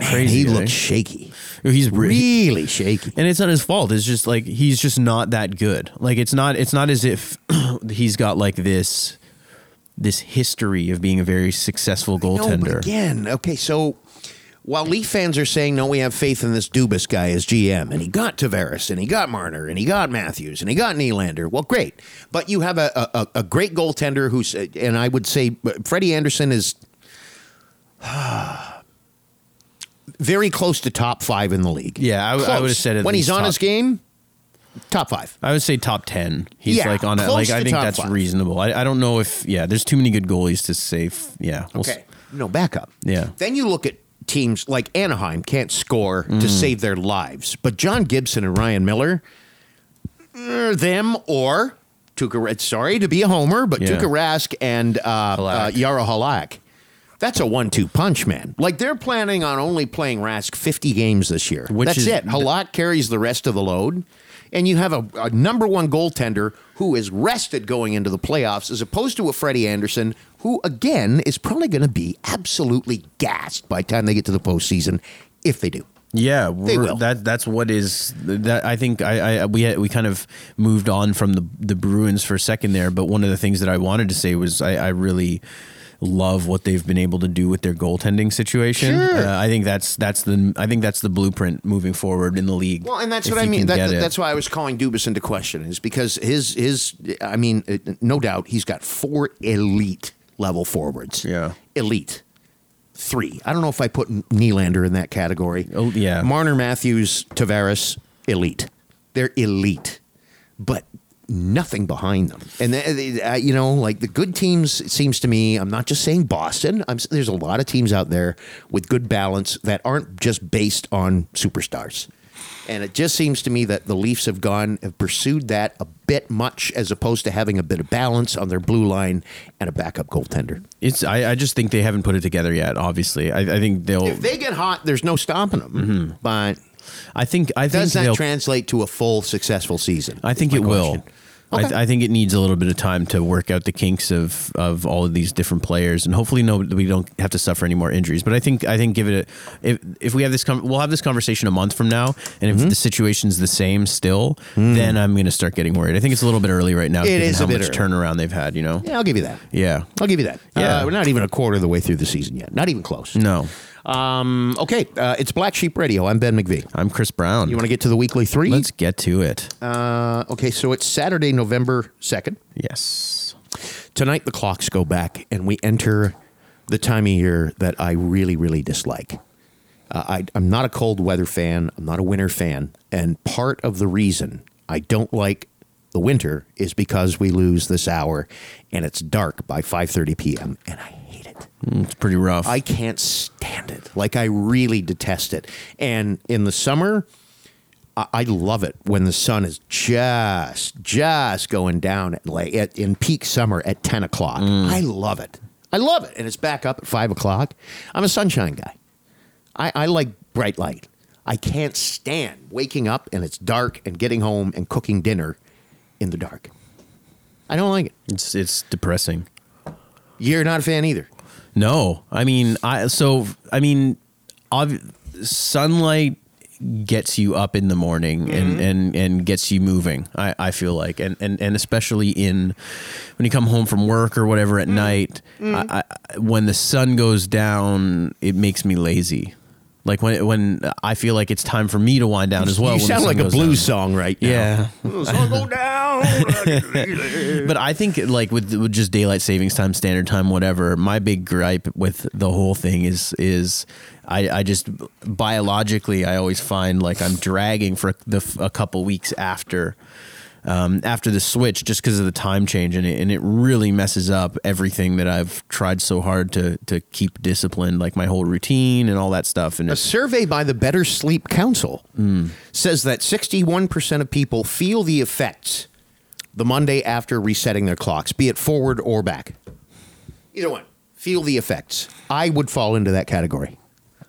[SPEAKER 2] Crazy,
[SPEAKER 1] he
[SPEAKER 2] eh?
[SPEAKER 1] looked shaky,
[SPEAKER 2] he's re-
[SPEAKER 1] really shaky.
[SPEAKER 2] and it's not his fault. It's just like he's just not that good. Like it's not it's not as if he's got like this this history of being a very successful
[SPEAKER 1] No,
[SPEAKER 2] goaltender.
[SPEAKER 1] but again, okay, so while Leaf fans are saying, no, we have faith in this Dubas guy as GM, and he got Tavares, and he got Marner, and he got Matthews, and he got Nylander, well, great. But you have a, a, a- a great goaltender who's, and I would say Freddie Anderson is very close to top five in the league.
[SPEAKER 2] Yeah, I w- I
[SPEAKER 1] Close.
[SPEAKER 2] would've said at
[SPEAKER 1] When
[SPEAKER 2] least
[SPEAKER 1] he's on
[SPEAKER 2] top-
[SPEAKER 1] his game, top five.
[SPEAKER 2] I would say top ten. He's
[SPEAKER 1] Yeah,
[SPEAKER 2] like on that.
[SPEAKER 1] close
[SPEAKER 2] Like I
[SPEAKER 1] to
[SPEAKER 2] think
[SPEAKER 1] top
[SPEAKER 2] that's
[SPEAKER 1] five.
[SPEAKER 2] reasonable. I, I don't know if yeah. There's too many good goalies to save. Yeah. we'll
[SPEAKER 1] Okay. No, back up.
[SPEAKER 2] Yeah.
[SPEAKER 1] Then you look at teams like Anaheim can't score
[SPEAKER 2] Mm.
[SPEAKER 1] to save their lives, but John Gibson and Ryan Miller, er, them or Tuukka. Ra- Sorry to be a homer, but
[SPEAKER 2] Yeah.
[SPEAKER 1] Tuukka Rask and uh, uh,
[SPEAKER 2] Halak.
[SPEAKER 1] Yara Halak. That's a one-two punch, man. Like they're planning on only playing Rask fifty games this year.
[SPEAKER 2] Which
[SPEAKER 1] That's
[SPEAKER 2] is-
[SPEAKER 1] it. Halak carries the rest of the load, and you have a, a number one goaltender who is rested going into the playoffs, as opposed to a Freddie Anderson who, again, is probably going to be absolutely gassed by the time they get to the postseason, if they do.
[SPEAKER 2] Yeah, we're-
[SPEAKER 1] will.
[SPEAKER 2] that that's what is that I think I, I we we kind of moved on from the the Bruins for a second there, but one of the things that I wanted to say was I, I really love what they've been able to do with their goaltending situation.
[SPEAKER 1] Sure.
[SPEAKER 2] Uh, I think that's that's the I think that's the blueprint moving forward in the league.
[SPEAKER 1] Well, and that's
[SPEAKER 2] if
[SPEAKER 1] what I
[SPEAKER 2] you
[SPEAKER 1] mean.
[SPEAKER 2] can
[SPEAKER 1] That,
[SPEAKER 2] get it.
[SPEAKER 1] that's why I was calling Dubas into question is because his his I mean, uh, no doubt he's got four elite level forwards.
[SPEAKER 2] Yeah.
[SPEAKER 1] elite. Three. I don't know if I put Nylander in that category.
[SPEAKER 2] Oh, yeah.
[SPEAKER 1] Marner, Matthews, Tavares, elite. They're elite, but nothing behind them. And th- th- uh, you know, like the good teams, it seems to me. I'm not just saying Boston. I'm, s- there's a lot of teams out there with good balance that aren't just based on superstars. And it just seems to me that the Leafs have gone have pursued that a bit much, as opposed to having a bit of balance on their blue line and a backup goaltender.
[SPEAKER 2] it's I, I just think they haven't put it together yet. Obviously, I, I think they'll.
[SPEAKER 1] If they get hot, there's no stopping them. But
[SPEAKER 2] I think I think
[SPEAKER 1] does that
[SPEAKER 2] Mm-hmm. they'll
[SPEAKER 1] translate to a full successful season?
[SPEAKER 2] I think
[SPEAKER 1] is
[SPEAKER 2] it
[SPEAKER 1] my
[SPEAKER 2] will.
[SPEAKER 1] question.
[SPEAKER 2] I,
[SPEAKER 1] Okay.
[SPEAKER 2] I think it needs a little bit of time to work out the kinks of, of all of these different players, and hopefully, no, we don't have to suffer any more injuries. But I think I think give it a, if if we have this com- we'll have this conversation a month from now, and if
[SPEAKER 1] Mm-hmm.
[SPEAKER 2] the situation's the same still, then I'm going to start getting worried. I think it's a little bit early right now, given
[SPEAKER 1] Mm. is a
[SPEAKER 2] how
[SPEAKER 1] bit
[SPEAKER 2] much
[SPEAKER 1] early.
[SPEAKER 2] turnaround they've had. You know,
[SPEAKER 1] Yeah, I'll give you that.
[SPEAKER 2] yeah,
[SPEAKER 1] I'll give you that.
[SPEAKER 2] Yeah.
[SPEAKER 1] Uh, we're not even a quarter of the way through the season yet. Not even close.
[SPEAKER 2] no,
[SPEAKER 1] Um, okay, uh, it's Black Sheep Radio. I'm Ben McVee.
[SPEAKER 2] I'm Chris Brown.
[SPEAKER 1] You want to get to the weekly 3
[SPEAKER 2] Let's get to it.
[SPEAKER 1] uh, okay, so it's Saturday, November 2nd.
[SPEAKER 2] yes.
[SPEAKER 1] Tonight, the clocks go back, and we enter the time of year that I really, really dislike. Uh, I, I'm not a cold weather fan. I'm not a winter fan. And part of the reason I don't like the winter is because we lose this hour, and it's dark by 5:30 p.m. And I hate it.
[SPEAKER 2] It's pretty rough.
[SPEAKER 1] I can't stand it. Like I really detest it. And in the summer, I, I love it when the sun is just just going down at like at, in peak summer at ten o'clock.
[SPEAKER 2] Mm.
[SPEAKER 1] I love it. I love it, and it's back up at five o'clock. I'm a sunshine guy. I, I like bright light. I can't stand waking up and it's dark and getting home and cooking dinner in the dark. I don't like it.
[SPEAKER 2] it's it's depressing.
[SPEAKER 1] You're not a fan either.
[SPEAKER 2] No, I mean, I so I mean, obv- sunlight gets you up in the morning
[SPEAKER 1] Mm-hmm.
[SPEAKER 2] and, and and gets you moving. I, I feel like, and, and and especially in when you come home from work or whatever
[SPEAKER 1] Mm.
[SPEAKER 2] at night, I, I, when the sun goes down, it makes me lazy. Like when when I feel like it's time for me to wind down as well.
[SPEAKER 1] you
[SPEAKER 2] when the
[SPEAKER 1] sound
[SPEAKER 2] sun
[SPEAKER 1] like a
[SPEAKER 2] goes
[SPEAKER 1] blues
[SPEAKER 2] down.
[SPEAKER 1] song right now.
[SPEAKER 2] Yeah,
[SPEAKER 1] The sun go down.
[SPEAKER 2] but I think like with, with just daylight savings time, standard time, whatever. My big gripe with the whole thing is is I, I just biologically I always find like I'm dragging for the f- a couple weeks after um, after the switch just because of the time change and it and it really messes up everything that I've tried so hard to to keep disciplined, like my whole routine and all that stuff. And
[SPEAKER 1] A
[SPEAKER 2] it's,
[SPEAKER 1] survey by the Better Sleep Council says that 61% of people feel the effects the Monday after resetting their clocks, be it forward or back. Either one. Feel the effects. I would fall into that category.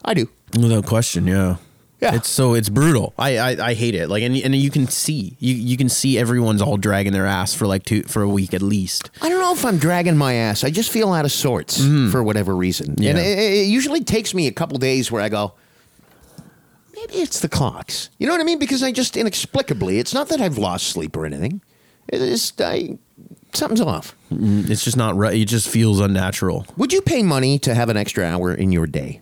[SPEAKER 1] I do.
[SPEAKER 2] Without question, yeah.
[SPEAKER 1] Yeah.
[SPEAKER 2] It's so it's brutal. I, I, I hate it. Like and and you can see you you can see everyone's all dragging their ass for like two for a week at least.
[SPEAKER 1] I don't know if I'm dragging my ass. I just feel out of sorts for whatever reason.
[SPEAKER 2] Mm-hmm. Yeah.
[SPEAKER 1] And it, it it usually takes me a couple days where I go, maybe it's the clocks. You know what I mean? Because I just inexplicably, it's not that I've lost sleep or anything. It is, I, something's off.
[SPEAKER 2] Mm, It's just not right. It just feels unnatural.
[SPEAKER 1] Would you pay money to have an extra hour in your day?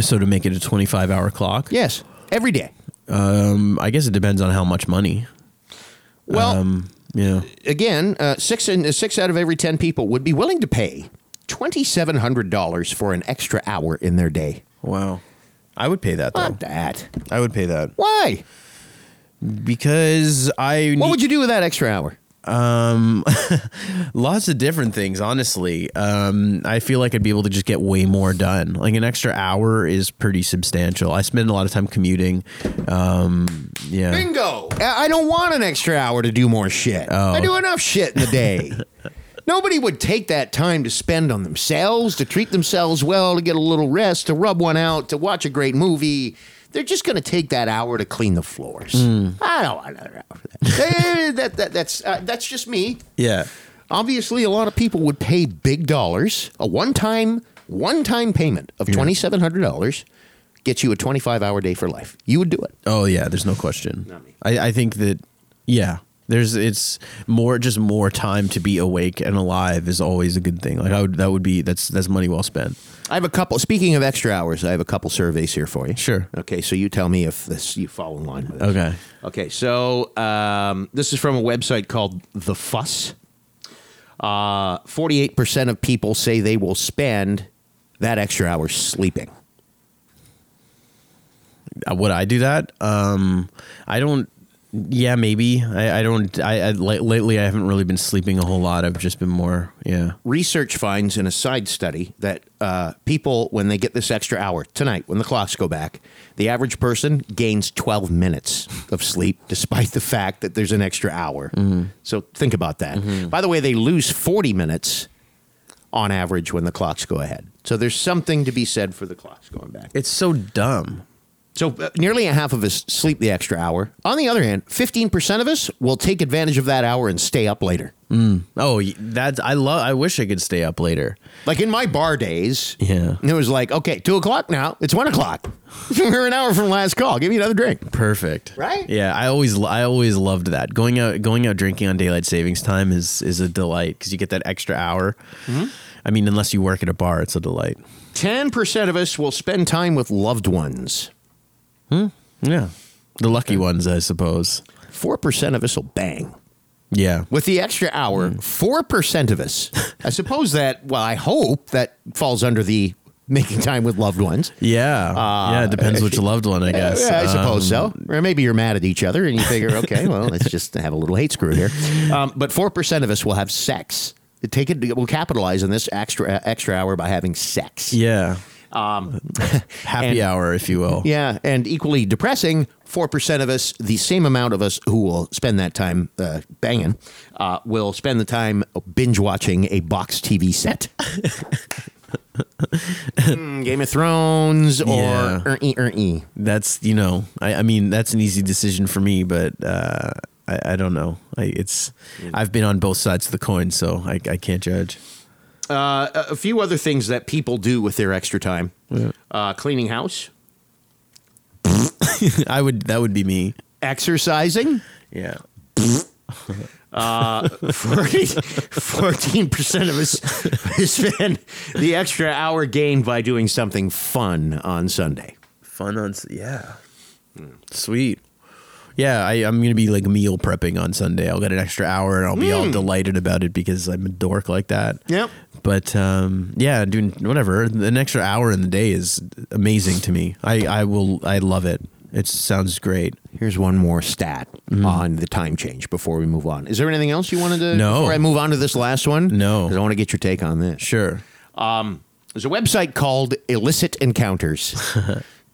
[SPEAKER 2] So to make it a twenty five hour clock,
[SPEAKER 1] Yes, every day.
[SPEAKER 2] um, I guess it depends on how much money.
[SPEAKER 1] Well,
[SPEAKER 2] Um, yeah.
[SPEAKER 1] again, uh, six in, uh, six out of every ten people would be willing to pay twenty seven hundred dollars for an extra hour in their day.
[SPEAKER 2] Wow. I would pay that though.
[SPEAKER 1] Not that.
[SPEAKER 2] I would pay that
[SPEAKER 1] Why?
[SPEAKER 2] because I
[SPEAKER 1] What
[SPEAKER 2] need-
[SPEAKER 1] would you do with that extra hour?
[SPEAKER 2] lots of different things honestly um i feel like i'd be able to just get way more done like an extra hour is pretty substantial i spend a lot of time commuting um yeah
[SPEAKER 1] Bingo! I I don't want an extra hour to do more shit. I do enough shit in the day. Nobody would take that time to spend on themselves, to treat themselves well, to get a little rest, to rub one out, to watch a great movie. They're just going to take that hour to clean the floors. I don't want another hour for that. that, that that's, uh, that's just me.
[SPEAKER 2] yeah
[SPEAKER 1] Obviously, a lot of people would pay big dollars. A one-time, one-time payment of twenty-seven hundred dollars gets you a twenty-five hour day for life. You would do it.
[SPEAKER 2] oh yeah there's no question
[SPEAKER 1] Not me.
[SPEAKER 2] I, I think that yeah there's it's more just more time to be awake and alive is always a good thing like i would that would be that's that's money well spent
[SPEAKER 1] I have a couple. Speaking of extra hours, I have a couple surveys here for you.
[SPEAKER 2] Sure.
[SPEAKER 1] Okay, so you tell me if this you fall in line with. This.
[SPEAKER 2] Okay.
[SPEAKER 1] Okay, so um, this is from a website called The Fuss. Uh, Forty-eight percent of people say they will spend that extra hour sleeping.
[SPEAKER 2] Uh, would I do that? Um, I don't. Yeah, maybe. I, I don't. I, I li- lately I haven't really been sleeping a whole lot. I've just been more. Yeah.
[SPEAKER 1] Research finds in a side study that uh, people, when they get this extra hour tonight, when the clocks go back, the average person gains 12 minutes of sleep, despite the fact that there's an extra hour. So think about that. By the way, they lose 40 minutes on average when the clocks go ahead. So there's something to be said for the clocks going back.
[SPEAKER 2] It's so dumb.
[SPEAKER 1] So uh, nearly a half of us sleep the extra hour. On the other hand, 15% of us will take advantage of that hour and stay up later.
[SPEAKER 2] Oh, y- that's. I love. I wish I could stay up later.
[SPEAKER 1] Like in my bar days,
[SPEAKER 2] Yeah.
[SPEAKER 1] it was like, okay, two o'clock now. It's one o'clock. We're an hour from last call. Give me another drink.
[SPEAKER 2] Perfect.
[SPEAKER 1] Right?
[SPEAKER 2] Yeah. I always. lo- I always loved that. Going out. Going out drinking on daylight savings time is is a delight because you get that extra hour. I mean, unless you work at a bar, it's a delight.
[SPEAKER 1] Ten percent of us will spend time with loved ones.
[SPEAKER 2] Yeah. The lucky ones, I suppose.
[SPEAKER 1] Four percent of us will bang.
[SPEAKER 2] Yeah.
[SPEAKER 1] With the extra hour, four percent of us. I suppose that. Well, I hope that falls under the making time with loved ones.
[SPEAKER 2] Yeah. yeah. It depends which loved one, I guess.
[SPEAKER 1] Yeah, I suppose
[SPEAKER 2] Um,
[SPEAKER 1] so. Or maybe you're mad at each other and you figure, okay, well, let's just have a little hate screw here. Um, but four percent of us will have sex. Take it. We'll capitalize on this extra extra hour by having sex.
[SPEAKER 2] Yeah.
[SPEAKER 1] Um, And-
[SPEAKER 2] Happy hour, if you will.
[SPEAKER 1] yeah, and equally depressing, 4% of us, the same amount of us who will spend that time uh, banging, uh, will spend the time binge watching a box TV set. Mm, Game of Thrones or er-,
[SPEAKER 2] Yeah.
[SPEAKER 1] er-ee, er-ee.
[SPEAKER 2] That's, you know, I, I mean, that's an easy decision for me, but uh, I, I don't know. I, it's, I've been on both sides of the coin, so I, I can't judge.
[SPEAKER 1] a few other things that people do with their extra time uh, cleaning house,
[SPEAKER 2] I would, that would be me.
[SPEAKER 1] exercising.
[SPEAKER 2] Yeah.
[SPEAKER 1] 14 percent of us spend the extra hour gained by doing something fun on Sunday.
[SPEAKER 2] fun on. s- Yeah,
[SPEAKER 1] Hmm.
[SPEAKER 2] sweet. Yeah, I, I'm gonna be like meal prepping on Sunday. I'll get an extra hour and I'll be all delighted about it because I'm a dork like that.
[SPEAKER 1] Hmm. Yep.
[SPEAKER 2] But um, yeah, doing whatever. An extra hour in the day is amazing to me. I, I will. I love it. It sounds great.
[SPEAKER 1] Here's one more stat on the time change before we move on. Is there anything else you wanted to?
[SPEAKER 2] No.
[SPEAKER 1] Before I move on to this last one,
[SPEAKER 2] No.
[SPEAKER 1] 'Cause I want to get your take on this.
[SPEAKER 2] Sure.
[SPEAKER 1] There's a website called Illicit Encounters.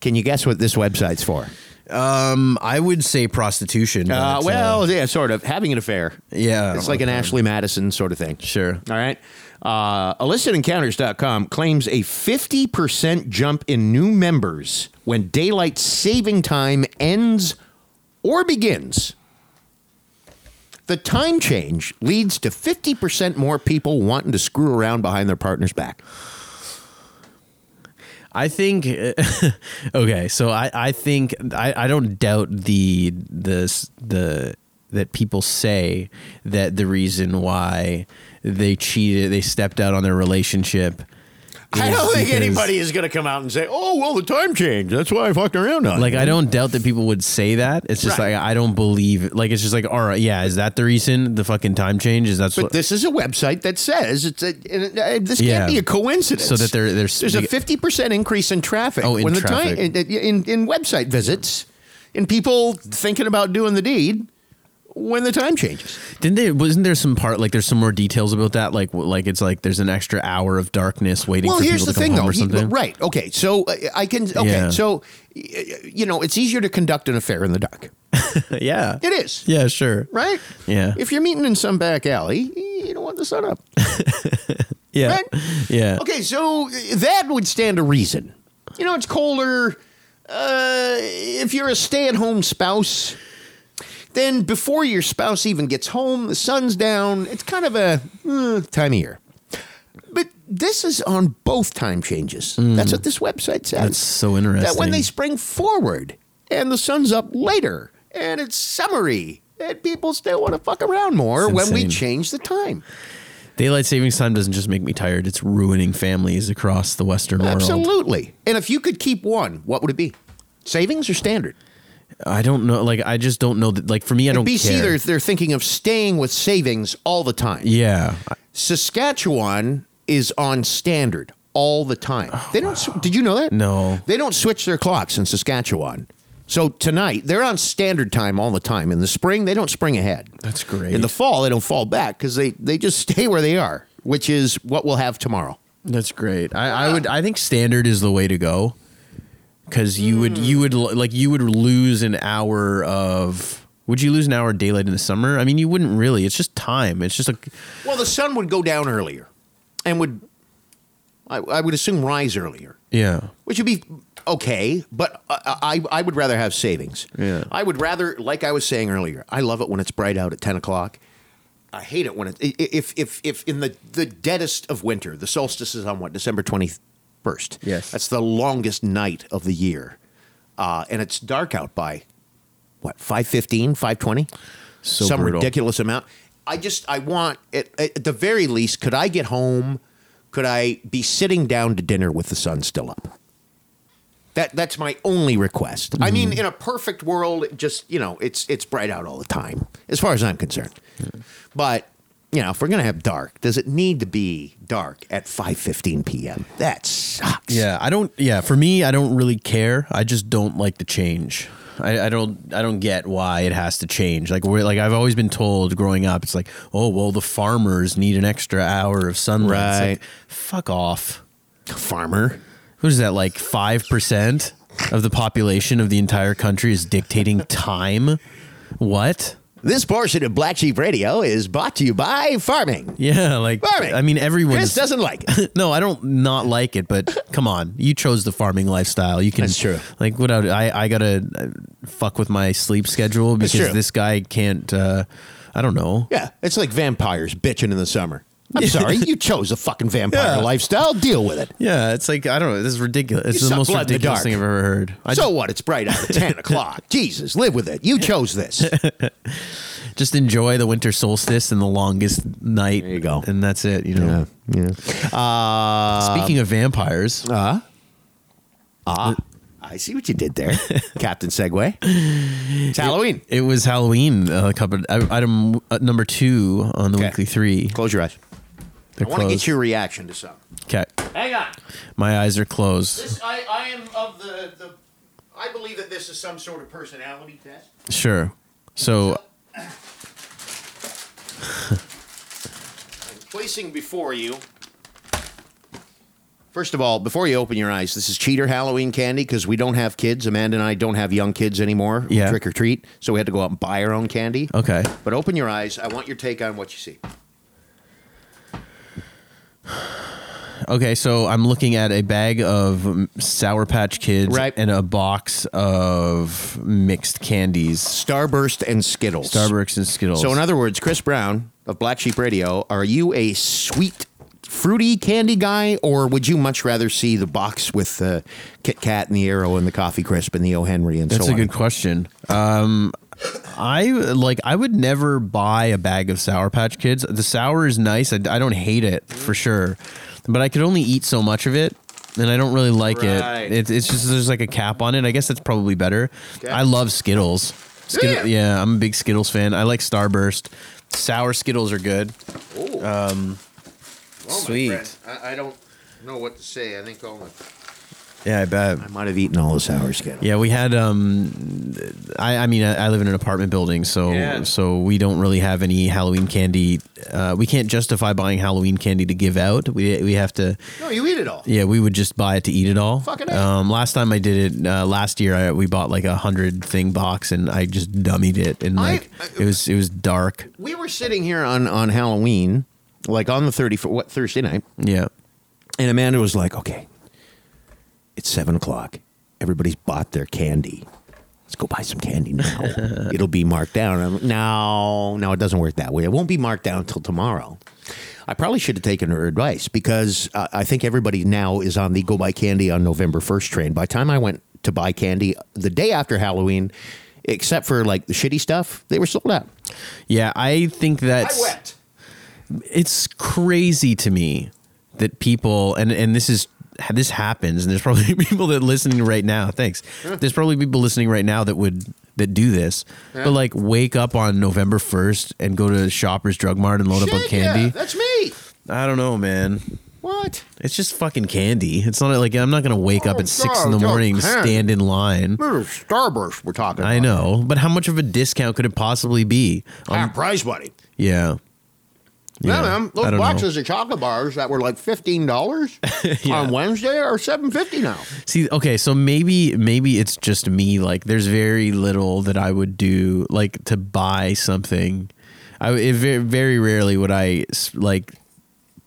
[SPEAKER 1] Can you guess what this website's for?
[SPEAKER 2] Um, I would say prostitution.
[SPEAKER 1] Uh,
[SPEAKER 2] but,
[SPEAKER 1] well, yeah, sort of having an affair.
[SPEAKER 2] yeah,
[SPEAKER 1] It's like an Ashley Madison sort of thing.
[SPEAKER 2] Sure.
[SPEAKER 1] All right. Uh, illicitencounters.com claims a 50% jump in new members when daylight saving time ends or begins. The time change leads to 50% more people wanting to screw around behind their partner's back.
[SPEAKER 2] I think okay, so I, I think I, I don't doubt the the the that people say that the reason why they cheated they stepped out on their relationship.
[SPEAKER 1] I
[SPEAKER 2] is
[SPEAKER 1] don't think
[SPEAKER 2] because-
[SPEAKER 1] anybody is going to come out and say, "Oh, well, the time change. That's why I fucked around on."
[SPEAKER 2] Like
[SPEAKER 1] it."
[SPEAKER 2] I don't doubt that people would say that. It's just
[SPEAKER 1] Right.
[SPEAKER 2] like I don't believe. Like it's just like all right, yeah. Is that the reason the fucking time change? Is that's
[SPEAKER 1] But
[SPEAKER 2] what?
[SPEAKER 1] this is a website that says it's a, and it- uh, this
[SPEAKER 2] Yeah.
[SPEAKER 1] can't be a coincidence.
[SPEAKER 2] So that they're- they're-
[SPEAKER 1] there's a fifty percent increase in traffic.
[SPEAKER 2] Oh, in
[SPEAKER 1] when the
[SPEAKER 2] traffic.
[SPEAKER 1] time in, in in website visits, in people thinking about doing the deed when the time changes.
[SPEAKER 2] Didn't they? Wasn't there some part like there's some more details about that? Like w- like it's like there's an extra hour of darkness waiting
[SPEAKER 1] Well,
[SPEAKER 2] for
[SPEAKER 1] here's the
[SPEAKER 2] people to come
[SPEAKER 1] thing,
[SPEAKER 2] home
[SPEAKER 1] though.
[SPEAKER 2] or
[SPEAKER 1] He-
[SPEAKER 2] something.
[SPEAKER 1] right? Okay. So uh, I can. Okay.
[SPEAKER 2] Yeah.
[SPEAKER 1] So y- you know, it's easier to conduct an affair in the dark.
[SPEAKER 2] yeah.
[SPEAKER 1] It is.
[SPEAKER 2] Yeah. Sure.
[SPEAKER 1] Right.
[SPEAKER 2] Yeah.
[SPEAKER 1] If you're meeting in some back alley, you don't want the sun up.
[SPEAKER 2] Yeah.
[SPEAKER 1] Right?
[SPEAKER 2] Yeah.
[SPEAKER 1] Okay, so uh, that would stand to reason. You know, it's colder. Uh, if you're a stay at home spouse, then before your spouse even gets home, the sun's down. It's kind of a uh, time of year. But this is on both time changes. That's what this website says.
[SPEAKER 2] Hmm. That's so interesting.
[SPEAKER 1] That when they spring forward and the sun's up later and it's summery, and people still want to fuck around more
[SPEAKER 2] It's
[SPEAKER 1] when we
[SPEAKER 2] insane.
[SPEAKER 1] change the time.
[SPEAKER 2] Daylight savings time doesn't just make me tired; it's ruining families across the Western world.
[SPEAKER 1] Absolutely. And if you could keep one, what would it be? Savings or standard?
[SPEAKER 2] I don't know. Like I just don't know that. Like for me, I
[SPEAKER 1] In
[SPEAKER 2] don't
[SPEAKER 1] BC,
[SPEAKER 2] care.
[SPEAKER 1] they're they're thinking of staying with savings all the time.
[SPEAKER 2] yeah. I-
[SPEAKER 1] Saskatchewan is on standard all the time. they don't. sw- Did you know that?
[SPEAKER 2] Oh, No.
[SPEAKER 1] They don't switch their clocks in Saskatchewan. So tonight they're on standard time all the time. In the spring, they don't spring ahead.
[SPEAKER 2] That's great.
[SPEAKER 1] In the fall, they don't fall back because they they just stay where they are, which is what we'll have tomorrow.
[SPEAKER 2] That's great. I, I would. I think standard is the way to go, because you would you would l- like you would lose an hour of. Would you lose an hour of daylight in the summer? I mean, you wouldn't really. It's just time. It's just like
[SPEAKER 1] Well, the sun would go down earlier, and would I, I would assume rise earlier,
[SPEAKER 2] yeah.
[SPEAKER 1] which would be okay. But I, I I would rather have savings.
[SPEAKER 2] Yeah.
[SPEAKER 1] I would rather, like I was saying earlier, I love it when it's bright out at ten o'clock. I hate it when it i- i- if if if in the the deadest of winter, the solstice is on what December twenty first.
[SPEAKER 2] Yes.
[SPEAKER 1] that's the longest night of the year, uh, and it's dark out by what 515, 520?
[SPEAKER 2] So
[SPEAKER 1] some
[SPEAKER 2] brutal.
[SPEAKER 1] ridiculous amount. I just I want at, at the very least, could I get home? Could I be sitting down to dinner with the sun still up? That that's my only request. I mean,
[SPEAKER 2] Mm-hmm.
[SPEAKER 1] in a perfect world, it just you know, it's it's bright out all the time, as far as I'm concerned. But you know, if we're gonna have dark, does it need to be dark at five fifteen p.m.? That sucks.
[SPEAKER 2] Yeah, I don't. Yeah, for me, I don't really care. I just don't like the change. I, I don't. I don't get why it has to change. Like, we're, like I've always been told growing up, it's like, oh well, the farmers need an extra hour of sunlight. It's
[SPEAKER 1] Right.
[SPEAKER 2] like, fuck off.
[SPEAKER 1] farmer.
[SPEAKER 2] What is that? Like five percent of the population of the entire country is dictating time. What?
[SPEAKER 1] This portion of Black Sheep Radio is brought to you by farming.
[SPEAKER 2] Yeah, like
[SPEAKER 1] Farming.
[SPEAKER 2] I mean,
[SPEAKER 1] Chris
[SPEAKER 2] everyone's
[SPEAKER 1] doesn't like it.
[SPEAKER 2] no, I don't not like it, but come on, you chose the farming lifestyle. You can
[SPEAKER 1] That's true.
[SPEAKER 2] Like what I I gotta uh, fuck with my sleep schedule because
[SPEAKER 1] true.
[SPEAKER 2] this guy can't. Uh, I don't know.
[SPEAKER 1] Yeah, it's like vampires bitching in the summer. I'm sorry, you chose a fucking vampire
[SPEAKER 2] Yeah.
[SPEAKER 1] lifestyle. Deal with it.
[SPEAKER 2] Yeah, it's like I don't know. This is ridiculous. It's
[SPEAKER 1] You
[SPEAKER 2] the
[SPEAKER 1] suck
[SPEAKER 2] most
[SPEAKER 1] blood in the
[SPEAKER 2] ridiculous
[SPEAKER 1] dark.
[SPEAKER 2] thing I've ever heard. I
[SPEAKER 1] so what? It's bright out at 10 o'clock. Jesus, live with it. You chose this.
[SPEAKER 2] ju- just enjoy the winter solstice and the longest night. There
[SPEAKER 1] you go.
[SPEAKER 2] and that's it. You know.
[SPEAKER 1] yeah. Uh,
[SPEAKER 2] uh, Speaking of vampires,
[SPEAKER 1] uh, I see what you did there, Captain Segway. It's Halloween.
[SPEAKER 2] It was Halloween. Uh, covered i- item uh, number two on the
[SPEAKER 1] Okay.
[SPEAKER 2] weekly three.
[SPEAKER 1] Close your eyes.
[SPEAKER 2] They're
[SPEAKER 1] I want to get
[SPEAKER 2] closed.
[SPEAKER 1] your reaction to something.
[SPEAKER 2] Okay,
[SPEAKER 1] Hang on.
[SPEAKER 2] my eyes are closed.
[SPEAKER 1] This, I, I am of the, the. I believe that this is some sort of personality test.
[SPEAKER 2] Sure. So
[SPEAKER 1] I'm placing before you. First of all, before you open your eyes, this is cheater Halloween candy because we don't have kids. Amanda and I don't have young kids anymore.
[SPEAKER 2] Yeah. Oh.
[SPEAKER 1] Trick or treat. So we had to go out and buy our own candy.
[SPEAKER 2] okay,
[SPEAKER 1] But open your eyes. I want your take on what you see.
[SPEAKER 2] okay. So I'm looking at a bag of um, Sour Patch Kids
[SPEAKER 1] Right.
[SPEAKER 2] and a box of mixed candies,
[SPEAKER 1] Starburst and Skittles.
[SPEAKER 2] Starburst and Skittles.
[SPEAKER 1] So, in other words, Chris Brown of Black Sheep Radio, are you a sweet, fruity candy guy, or would you much rather see the box with the Kit Kat and the Arrow and the Coffee Crisp and the O. Henry and
[SPEAKER 2] That's
[SPEAKER 1] so
[SPEAKER 2] a
[SPEAKER 1] on?
[SPEAKER 2] good question. Um, I like. I would never buy a bag of Sour Patch Kids. The sour is nice. I, I don't hate it for sure, but I could only eat so much of it, and I don't really like
[SPEAKER 1] Right.
[SPEAKER 2] it. it. It's just there's like a cap on it. I guess that's probably better.
[SPEAKER 1] Okay.
[SPEAKER 2] I love Skittles.
[SPEAKER 1] Do
[SPEAKER 2] Skittle-
[SPEAKER 1] you?
[SPEAKER 2] yeah, I'm a big Skittles fan. I like Starburst. Sour Skittles are good.
[SPEAKER 1] Ooh. Um,
[SPEAKER 2] my sweet. friend,
[SPEAKER 1] I, don't know what to say. I think all
[SPEAKER 2] Yeah, I bet.
[SPEAKER 1] I might have eaten all the sour Skittles.
[SPEAKER 2] Yeah, we had. Um, I, I mean, I, I live in an apartment building, so
[SPEAKER 1] Yeah.
[SPEAKER 2] so we don't really have any Halloween candy. Uh, we can't justify buying Halloween candy to give out. We we have to.
[SPEAKER 1] No, you eat it all.
[SPEAKER 2] Yeah, we would just buy it to eat it all.
[SPEAKER 1] Fucking A.
[SPEAKER 2] um, last time I did it uh, last year, I, we bought like a hundred thing box, and I just dummied it, and
[SPEAKER 1] I- uh,
[SPEAKER 2] like it was it was dark.
[SPEAKER 1] We were sitting here on, on Halloween, like on the 34th, what, Thursday night,
[SPEAKER 2] Yeah,
[SPEAKER 1] and Amanda was like, okay, it's seven o'clock. Everybody's bought their candy. Let's go buy some candy now. It'll be marked down. I'm like, no, no, it doesn't work that way. It won't be marked down until tomorrow. I probably should have taken her advice because uh, I think everybody now is on the go buy candy on November 1st train. By the time I went to buy candy the day after Halloween, except for like the shitty stuff, they were sold out.
[SPEAKER 2] yeah. I think that's. it's crazy to me that people and and this is this happens and there's probably people that listening right now thanks there's probably people listening right now that would that do this but like wake up on november 1st and go to shoppers drug mart and load up on
[SPEAKER 1] Shit, yeah,
[SPEAKER 2] candy
[SPEAKER 1] that's me.
[SPEAKER 2] i don't know man
[SPEAKER 1] What?
[SPEAKER 2] it's just fucking candy it's not like i'm not gonna wake up
[SPEAKER 1] Oh,
[SPEAKER 2] at six in the
[SPEAKER 1] God,
[SPEAKER 2] morning
[SPEAKER 1] God, candy.
[SPEAKER 2] stand in line
[SPEAKER 1] Starburst we're talking
[SPEAKER 2] i know but how much of a discount could it possibly be on,
[SPEAKER 1] Half price money.
[SPEAKER 2] yeah
[SPEAKER 1] Yeah,
[SPEAKER 2] Yeah,
[SPEAKER 1] man.
[SPEAKER 2] I
[SPEAKER 1] Those
[SPEAKER 2] don't know.
[SPEAKER 1] boxes of chocolate bars that were like fifteen dollars on Wednesday are seven fifty now.
[SPEAKER 2] See, okay, so maybe maybe it's just me. Like, there's very little that I would do, like to buy something. I it very, very rarely would I s- like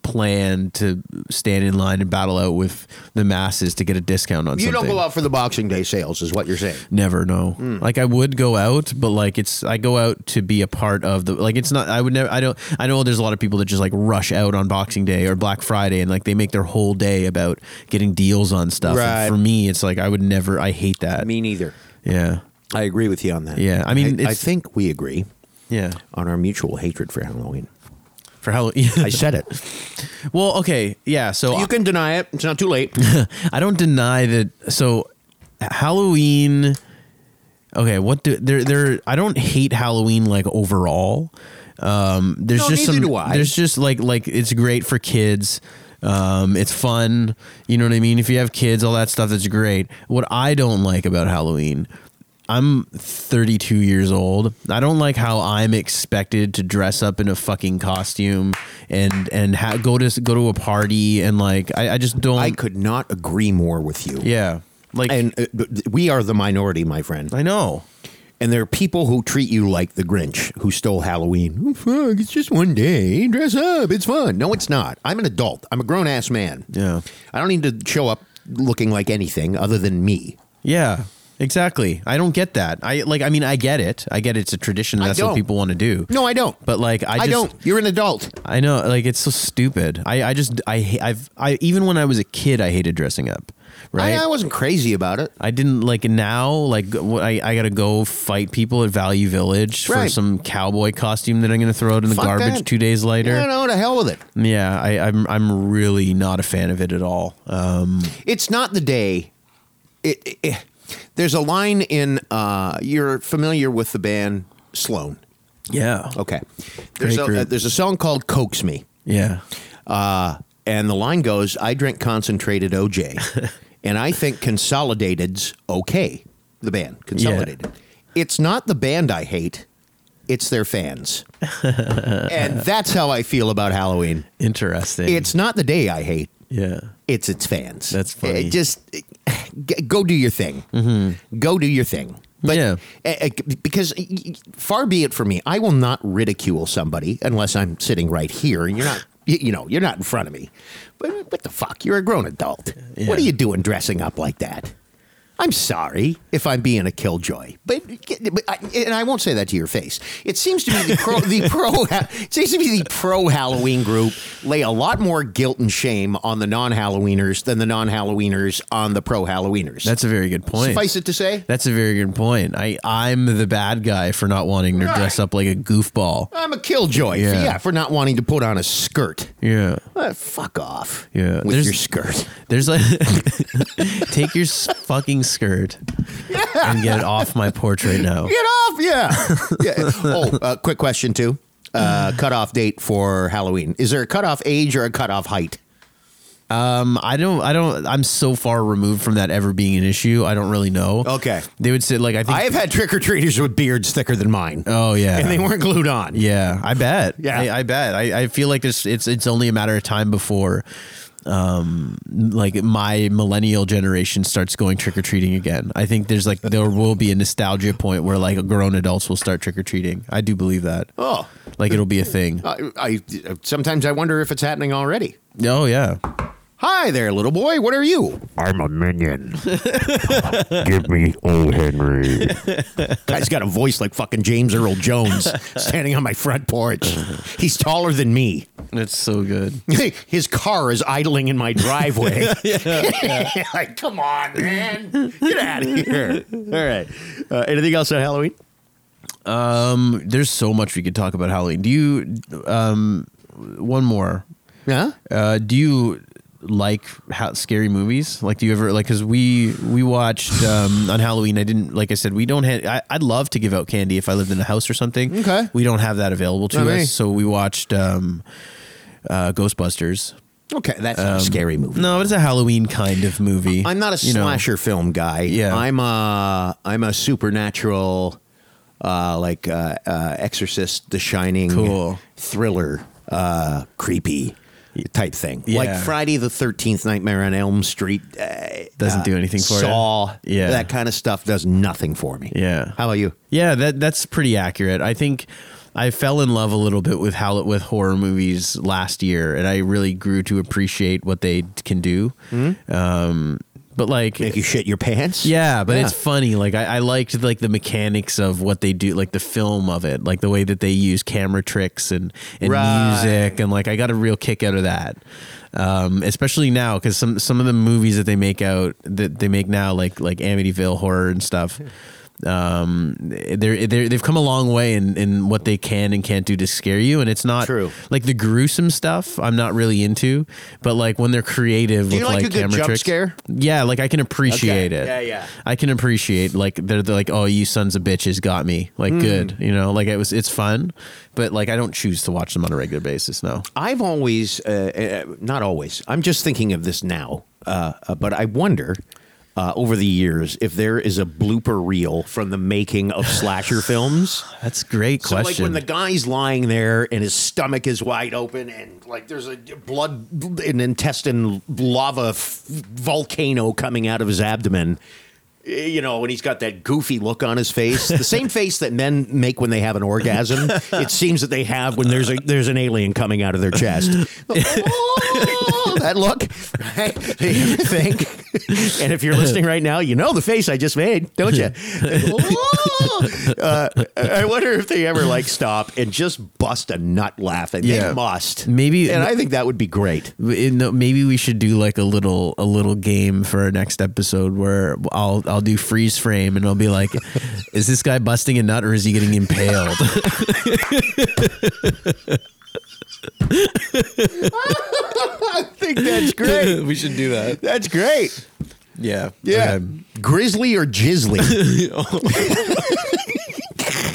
[SPEAKER 2] plan to stand in line and battle out with the masses to get a discount on
[SPEAKER 1] You
[SPEAKER 2] something.
[SPEAKER 1] don't go out for the Boxing Day sales, is what you're saying.
[SPEAKER 2] Never, no.
[SPEAKER 1] Hmm.
[SPEAKER 2] Like I would go out, but like it's I go out to be a part of the like it's not I would never I don't I know there's a lot of people that just like rush out on Boxing Day or Black Friday and like they make their whole day about getting deals on stuff. And
[SPEAKER 1] Right.
[SPEAKER 2] for me it's like I would never I hate that.
[SPEAKER 1] Me neither.
[SPEAKER 2] yeah.
[SPEAKER 1] I agree with you on that.
[SPEAKER 2] Yeah, I mean,
[SPEAKER 1] I,
[SPEAKER 2] it's-
[SPEAKER 1] think we agree
[SPEAKER 2] Yeah.
[SPEAKER 1] on our mutual hatred for Halloween.
[SPEAKER 2] For Halloween.
[SPEAKER 1] I said it.
[SPEAKER 2] well, okay. Yeah, so
[SPEAKER 1] you can deny it. It's not too late.
[SPEAKER 2] I don't deny that. So Halloween. Okay, what do there? There, I don't hate Halloween like overall. Um, there's
[SPEAKER 1] No,
[SPEAKER 2] just
[SPEAKER 1] neither
[SPEAKER 2] some.
[SPEAKER 1] do I.
[SPEAKER 2] There's just like like it's great for kids. Um, it's fun. You know what I mean? If you have kids, all that stuff, that's great. What I don't like about Halloween. I'm 32 years old. I don't like how I'm expected to dress up in a fucking costume and and ha- go to go to a party and like I, I just don't.
[SPEAKER 1] I could not agree more with you.
[SPEAKER 2] Yeah. Like
[SPEAKER 1] And uh, but we are the minority, my friend.
[SPEAKER 2] I know.
[SPEAKER 1] And there are people who treat you like the Grinch who stole Halloween. Oh, fuck, it's just one day. Dress up. It's fun. No, it's not. I'm an adult. I'm a grown ass man.
[SPEAKER 2] Yeah.
[SPEAKER 1] I don't need to show up looking like anything other than me.
[SPEAKER 2] Yeah. Exactly. I don't get that. I like I mean I get it. I get it's a tradition.
[SPEAKER 1] I
[SPEAKER 2] That's what
[SPEAKER 1] don't.
[SPEAKER 2] people want to do.
[SPEAKER 1] No, I don't.
[SPEAKER 2] But like I,
[SPEAKER 1] I,
[SPEAKER 2] just,
[SPEAKER 1] don't. You're an adult.
[SPEAKER 2] I know like it's so stupid. I I just I ha- I've I even when I was a kid I hated dressing up. Right?
[SPEAKER 1] I, I wasn't crazy about it.
[SPEAKER 2] I didn't like now. Like what I, I gotta go fight people at Value Village for
[SPEAKER 1] Right.
[SPEAKER 2] some cowboy costume that I'm gonna throw out in the
[SPEAKER 1] Fuck
[SPEAKER 2] garbage
[SPEAKER 1] that.
[SPEAKER 2] two days later.
[SPEAKER 1] No, no, to hell with it.
[SPEAKER 2] Yeah, I, I'm I'm really not a fan of it at all. Um,
[SPEAKER 1] It's not the day. It, it- it- There's a line in, uh, you're familiar with the band Sloan.
[SPEAKER 2] Yeah.
[SPEAKER 1] Okay. There's
[SPEAKER 2] Great
[SPEAKER 1] a,
[SPEAKER 2] group.
[SPEAKER 1] uh, there's a song called Coax Me.
[SPEAKER 2] Yeah.
[SPEAKER 1] Uh, and the line goes, I drink concentrated OJ. and I think Consolidated's okay. The band, Consolidated. It's not the band I hate, it's their fans. and that's how I feel about Halloween.
[SPEAKER 2] Interesting.
[SPEAKER 1] It's not the day I hate,
[SPEAKER 2] yeah.
[SPEAKER 1] it's its fans.
[SPEAKER 2] That's funny. Mm-hmm.
[SPEAKER 1] It just eh, g- go do your thing. Go do your thing. But
[SPEAKER 2] Yeah.
[SPEAKER 1] eh, eh, because y- y- far be it from me, I will not ridicule somebody unless I'm sitting right here and you're not. y- You know, you're not in front of me. But what the fuck? You're a grown adult.
[SPEAKER 2] Yeah.
[SPEAKER 1] What are you doing dressing up like that? I'm sorry if I'm being a killjoy, but, but I, and I won't say that to your face. It seems to me the pro, the pro it seems to me the pro Halloween group lay a lot more guilt and shame on the non Halloweeners than the non Halloweeners on the pro Halloweeners.
[SPEAKER 2] That's a very good point.
[SPEAKER 1] suffice it to say,
[SPEAKER 2] That's a very good point. I I'm the bad guy for not wanting to dress up like a goofball.
[SPEAKER 1] I'm a killjoy. Yeah. For,
[SPEAKER 2] Yeah.
[SPEAKER 1] not wanting to put on a skirt.
[SPEAKER 2] Yeah.
[SPEAKER 1] Uh, fuck off.
[SPEAKER 2] Yeah,
[SPEAKER 1] with
[SPEAKER 2] there's-
[SPEAKER 1] your skirt.
[SPEAKER 2] There's like take your s- fucking skirt and get it off my porch right now.
[SPEAKER 1] Get off, yeah. yeah. Oh, uh, quick question too. Uh, cutoff date for Halloween. Is there a cutoff age or a cutoff height?
[SPEAKER 2] Um, I don't I don't I'm so far removed from that ever being an issue. I don't really know.
[SPEAKER 1] Okay.
[SPEAKER 2] They would say like I think
[SPEAKER 1] I have had trick or treaters with beards thicker than mine,
[SPEAKER 2] Oh yeah.
[SPEAKER 1] and they weren't glued on.
[SPEAKER 2] Yeah, I bet.
[SPEAKER 1] Yeah.
[SPEAKER 2] I, I bet. I, I feel like this. It's it's only a matter of time before, um, like my millennial generation starts going trick or treating again. I think there's like there will be a nostalgia point where like grown adults will start trick or treating. I do believe that.
[SPEAKER 1] Oh,
[SPEAKER 2] Like it'll be a thing.
[SPEAKER 1] I, I sometimes I wonder if it's happening already.
[SPEAKER 2] Oh yeah.
[SPEAKER 1] Hi there, little boy. What are you?
[SPEAKER 4] I'm a minion. Give me old Henry.
[SPEAKER 1] Guy's got a voice like fucking James Earl Jones standing on my front porch. He's taller than me.
[SPEAKER 2] That's so good.
[SPEAKER 1] His car is idling in my driveway. like, come on, man. Get out of here. All right. Uh, anything else on Halloween?
[SPEAKER 2] Um, there's so much we could talk about Halloween. Do you um one more?
[SPEAKER 1] Yeah.
[SPEAKER 2] Uh, do you like ha- scary movies? Like, do you ever like? Because we we watched um, on Halloween. I didn't like. I said we don't have. I, I'd love to give out candy if I lived in a house or something.
[SPEAKER 1] Okay.
[SPEAKER 2] we don't have that available to
[SPEAKER 1] Not
[SPEAKER 2] us.
[SPEAKER 1] me.
[SPEAKER 2] So we watched um, uh, Ghostbusters.
[SPEAKER 1] Okay, that's not a scary movie.
[SPEAKER 2] No, it's a Halloween kind of movie.
[SPEAKER 1] I'm not a
[SPEAKER 2] You know.
[SPEAKER 1] slasher film guy.
[SPEAKER 2] Yeah.
[SPEAKER 1] I'm a I'm a supernatural, uh, like uh, uh, Exorcist, The Shining,
[SPEAKER 2] Cool.
[SPEAKER 1] thriller, uh, creepy type thing. Like
[SPEAKER 2] Yeah.
[SPEAKER 1] Friday the Thirteenth, Nightmare on Elm Street. Uh,
[SPEAKER 2] Doesn't
[SPEAKER 1] uh,
[SPEAKER 2] do anything for you.
[SPEAKER 1] Saw,
[SPEAKER 2] Yeah.
[SPEAKER 1] that kind of stuff does nothing for me.
[SPEAKER 2] Yeah.
[SPEAKER 1] How about you?
[SPEAKER 2] Yeah, that that's pretty accurate. I think I fell in love a little bit with how with horror movies last year, and I really grew to appreciate what they can do. Um, but like,
[SPEAKER 1] Mm-hmm. Make you shit your pants?
[SPEAKER 2] yeah, but
[SPEAKER 1] Yeah.
[SPEAKER 2] it's funny. Like I, I liked like the mechanics of what they do, like the film of it, like the way that they use camera tricks and and
[SPEAKER 1] Right.
[SPEAKER 2] music, and like I got a real kick out of that. Um, especially now because some some of the movies that they make out that they make now, like like Amityville horror and stuff. Um, they're, they're they've come a long way in, in what they can and can't do to scare you, and it's not
[SPEAKER 1] True.
[SPEAKER 2] Like the gruesome stuff, I'm not really into, but like when they're creative
[SPEAKER 1] Do you
[SPEAKER 2] with
[SPEAKER 1] like
[SPEAKER 2] like
[SPEAKER 1] a good
[SPEAKER 2] camera
[SPEAKER 1] jump
[SPEAKER 2] tricks,
[SPEAKER 1] scare?
[SPEAKER 2] yeah, like I can appreciate
[SPEAKER 1] Okay.
[SPEAKER 2] it.
[SPEAKER 1] Yeah, yeah.
[SPEAKER 2] I can appreciate like they're, they're like, oh, you sons of bitches got me. Like
[SPEAKER 1] Mm.
[SPEAKER 2] good, you know. Like it was, it's fun, but like I don't choose to watch them on a regular basis. No.
[SPEAKER 1] I've always, uh, uh, not always, I'm just thinking of this now, uh, uh, but I wonder uh, over the years if there is a blooper reel from the making of slasher films.
[SPEAKER 2] That's a great
[SPEAKER 1] So, like
[SPEAKER 2] question.
[SPEAKER 1] when the guy's lying there and his stomach is wide open, and like there's a blood, an intestine lava f- volcano coming out of his abdomen, eh, you know, and he's got that goofy look on his face, the same face that men make when they have an orgasm. It seems that they have Uh, when there's a there's an alien coming out of their chest. Oh, that look, right? You think, and if you're listening right now, you know the face I just made, don't you? uh, I wonder if they ever like stop and just bust a nut laughing. They
[SPEAKER 2] Yeah.
[SPEAKER 1] must.
[SPEAKER 2] Maybe-
[SPEAKER 1] And I think that would be great.
[SPEAKER 2] You know, maybe we should do like a little a little game for our next episode where I'll I'll do freeze frame and I'll be like, is this guy busting a nut or is he getting impaled?
[SPEAKER 1] I think that's great.
[SPEAKER 2] we should do that.
[SPEAKER 1] That's great.
[SPEAKER 2] Yeah.
[SPEAKER 1] Yeah.
[SPEAKER 2] Okay.
[SPEAKER 1] Grizzly or Jizzly?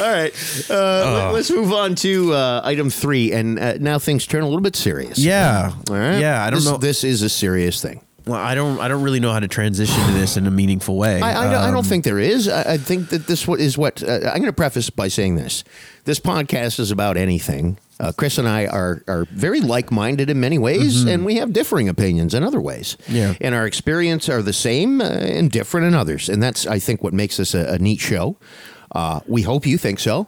[SPEAKER 1] All right. Uh,
[SPEAKER 2] Oh.
[SPEAKER 1] let, us move on to uh, item three. And uh, now things turn a little bit serious.
[SPEAKER 2] Yeah.
[SPEAKER 1] All right.
[SPEAKER 2] Yeah. I don't
[SPEAKER 1] This-
[SPEAKER 2] know.
[SPEAKER 1] This is a serious thing.
[SPEAKER 2] well, I don't. I don't really know how to transition to this in a meaningful way.
[SPEAKER 1] I, I, don't, I
[SPEAKER 2] Um,
[SPEAKER 1] don't think there is. I, I think that this what is what uh, I'm going to preface by saying this. This podcast is about anything. Uh, Chris and I are are very like minded in many ways, and we have differing opinions in other ways.
[SPEAKER 2] Mm-hmm. Yeah.
[SPEAKER 1] and our experience are the same uh, and different in others, and that's I think what makes this a, a neat show. Uh, we hope you think so.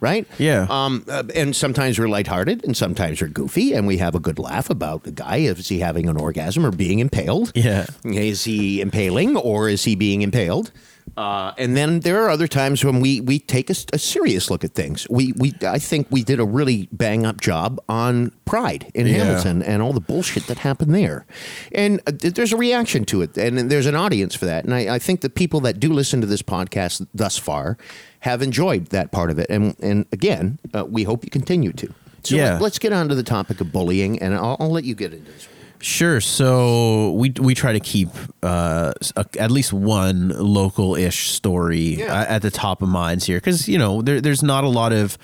[SPEAKER 1] Right?
[SPEAKER 2] Yeah.
[SPEAKER 1] Um, uh, and sometimes we're lighthearted, and sometimes we're goofy, and we have a good laugh about the guy. Is he having an orgasm or being impaled?
[SPEAKER 2] Yeah.
[SPEAKER 1] Is he impaling or is he being impaled? Uh, and then there are other times when we we take a, s- a serious look at things. We we I think we did a really bang up job on Pride in
[SPEAKER 2] Yeah.
[SPEAKER 1] Hamilton and all the bullshit that happened there, and uh, th- there's a reaction to it, and there's an audience for that. And I, I think the people that do listen to this podcast thus far have enjoyed that part of it, and and again, uh, we hope you continue to. So
[SPEAKER 2] Yeah.
[SPEAKER 1] let, us get on to the topic of bullying, and I'll, I'll let you get into this.
[SPEAKER 2] Sure. So we we try to keep uh, s- a- at least one local ish story
[SPEAKER 1] Yeah.
[SPEAKER 2] a- at the top of minds here, because you know there, there's not a lot of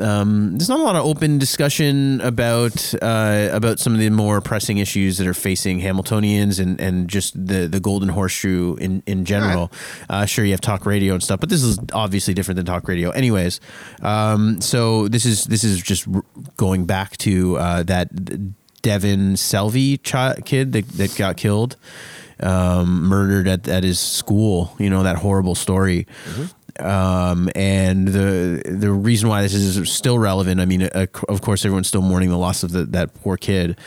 [SPEAKER 2] um, there's not a lot of open discussion about uh, about some of the more pressing issues that are facing Hamiltonians and, and just the, the Golden Horseshoe in in general. Uh, sure, you have talk radio and stuff, but this is obviously different than talk radio. Anyways, um, so this is this is just r- going back to uh, that Devin Selvey chi- kid that, that got killed, um, murdered at, at his school. You know that horrible story. Um, and the the reason why this is still relevant, I mean, uh, of course, everyone's still mourning the loss of the, that poor kid.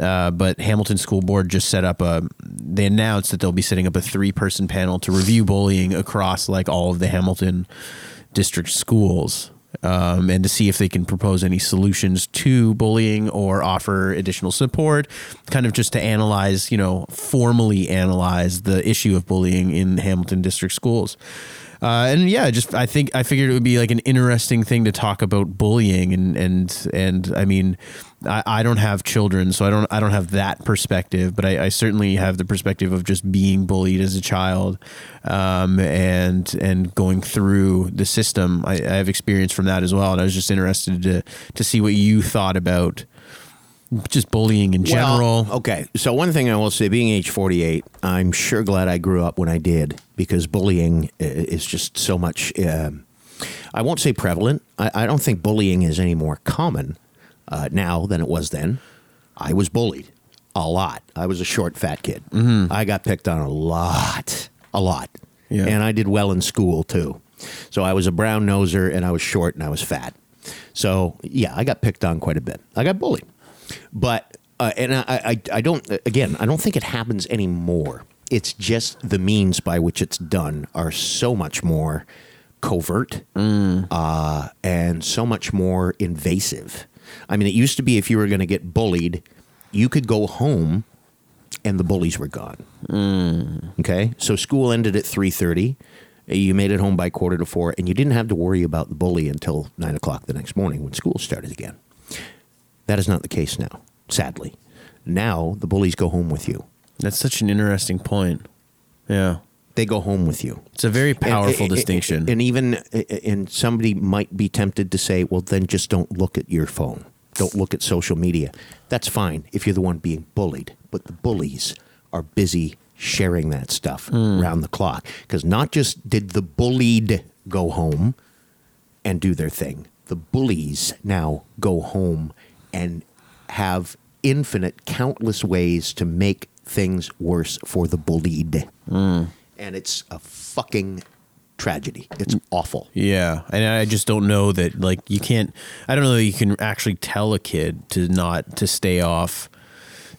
[SPEAKER 2] Uh, but Hamilton School Board just set up a. They announced that they'll be setting up a three person panel to review bullying across like all of the Hamilton district schools um, and to see if they can propose any solutions to bullying or offer additional support, kind of just to analyze, you know, formally analyze the issue of bullying in Hamilton district schools. Uh, and yeah, just I think I figured it would be like an interesting thing to talk about bullying and and and I mean, I, I don't have children, so I don't I don't have that perspective, but I, I certainly have the perspective of just being bullied as a child, um, and and going through the system. I, I have experience from that as well, and I was just interested to to see what you thought about just bullying in general.
[SPEAKER 1] Well, uh, okay. So one thing I will say, being age 48, I'm sure glad I grew up when I did because bullying i- is just so much. Um, I won't say prevalent. I, I don't think bullying is any more common uh, now than it was then. I was bullied a lot. I was a short, fat kid. I got picked on a lot, a lot,
[SPEAKER 2] Mm-hmm. Yeah.
[SPEAKER 1] and I did well in school too. So I was a brown noser, and I was short, and I was fat. So yeah, I got picked on quite a bit. I got bullied but uh, and I, I I don't again I don't think it happens anymore. It's just the means by which it's done are so much more covert uh, and so much more invasive. I mean, it used to be if you were going to get bullied, you could go home and the bullies were gone. Okay, so school ended at three thirty. You made it home by quarter to four, and you didn't have to worry about the bully until nine o'clock the next morning when school started again. That is not the case now, sadly. Now the bullies go home with you.
[SPEAKER 2] That's such an interesting point. Yeah,
[SPEAKER 1] They go home with you.
[SPEAKER 2] it's a very
[SPEAKER 1] And-
[SPEAKER 2] powerful
[SPEAKER 1] and-
[SPEAKER 2] distinction.
[SPEAKER 1] And even and somebody might be tempted to say, well, then just don't look at your phone. Don't look at social media. That's fine if you're the one being bullied, but the bullies are busy sharing that stuff
[SPEAKER 2] Hmm.
[SPEAKER 1] round the clock because not just did the bullied go home and do their thing. The bullies now go home and have infinite, countless ways to make things worse for the bullied. And it's a fucking tragedy. It's awful.
[SPEAKER 2] Yeah, and I just don't know that like you can't. I don't know that you can actually tell a kid to not to stay off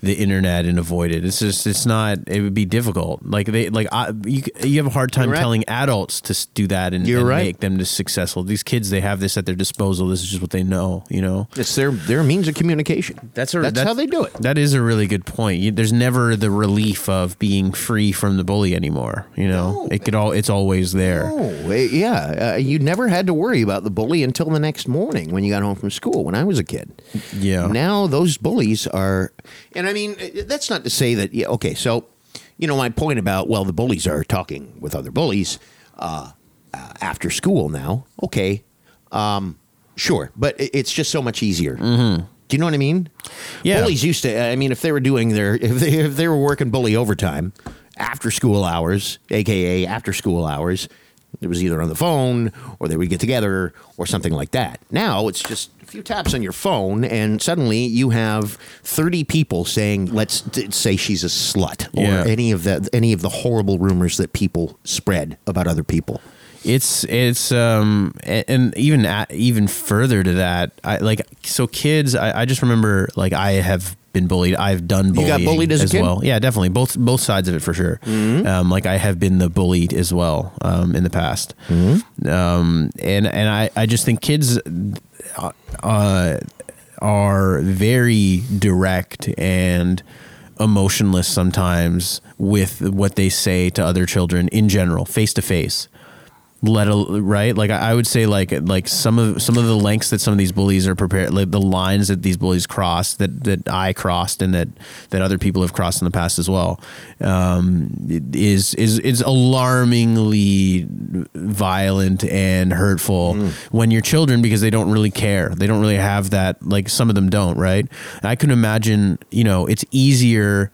[SPEAKER 2] the internet and avoid it. It's just it's not. It would be difficult. Like they like I you, you have a hard time
[SPEAKER 1] You're right.
[SPEAKER 2] telling adults to s- do that and,
[SPEAKER 1] You're
[SPEAKER 2] and
[SPEAKER 1] right.
[SPEAKER 2] make them just successful. These kids they have this at their disposal. This is just what they know. You know.
[SPEAKER 1] It's their their means of communication.
[SPEAKER 2] That's a-
[SPEAKER 1] that's,
[SPEAKER 2] that's-
[SPEAKER 1] how they do it.
[SPEAKER 2] That is a really good point. You, there's never the relief of being free from the bully anymore. You know,
[SPEAKER 1] No.
[SPEAKER 2] it could all. It's always there.
[SPEAKER 1] Oh, eh, yeah. Uh, you never had to worry about the bully until the next morning when you got home from school when I was a kid. uh,
[SPEAKER 2] Yeah.
[SPEAKER 1] Now those bullies are, and I mean, eh, that's not to say that, yeah, okay, so. you know, my point about, well, the bullies are talking with other bullies uh, uh, after school now. Okay. Um, sure. But it- it's just so much easier. Do you know what I mean?
[SPEAKER 2] Yeah.
[SPEAKER 1] Bullies used to, I mean, if they were doing their, if they, if they were working bully overtime after school hours, AKA after school hours, it was either on the phone or they would get together or something like that. Now it's just a few taps on your phone and suddenly you have 30 people saying, let's t- say she's a slut or
[SPEAKER 2] Yeah.
[SPEAKER 1] any of the, any of the horrible rumors that people spread about other people.
[SPEAKER 2] It's it's um a- and even at, even further to that, I like so kids. I, I just remember like I have been bullied. I've done
[SPEAKER 1] You
[SPEAKER 2] bullying
[SPEAKER 1] got bullied as a kid? Mm-hmm.
[SPEAKER 2] well. Yeah, definitely both both sides of it for sure. Um, like I have been the bullied as well um, in the past.
[SPEAKER 1] Mm-hmm.
[SPEAKER 2] Um, and and I I just think kids uh, are very direct and emotionless sometimes with what they say to other children in general, face to face. Let a, right, like I I would say, like like some of some of the lengths that some of these bullies are prepared, like the lines that these bullies cross, that that I crossed, and that that other people have crossed in the past as well, um, is is is alarmingly violent and hurtful
[SPEAKER 1] Mm.
[SPEAKER 2] when you're children because they don't really care. They don't really have that like some of them don't, right? And I can imagine, you know, it's easier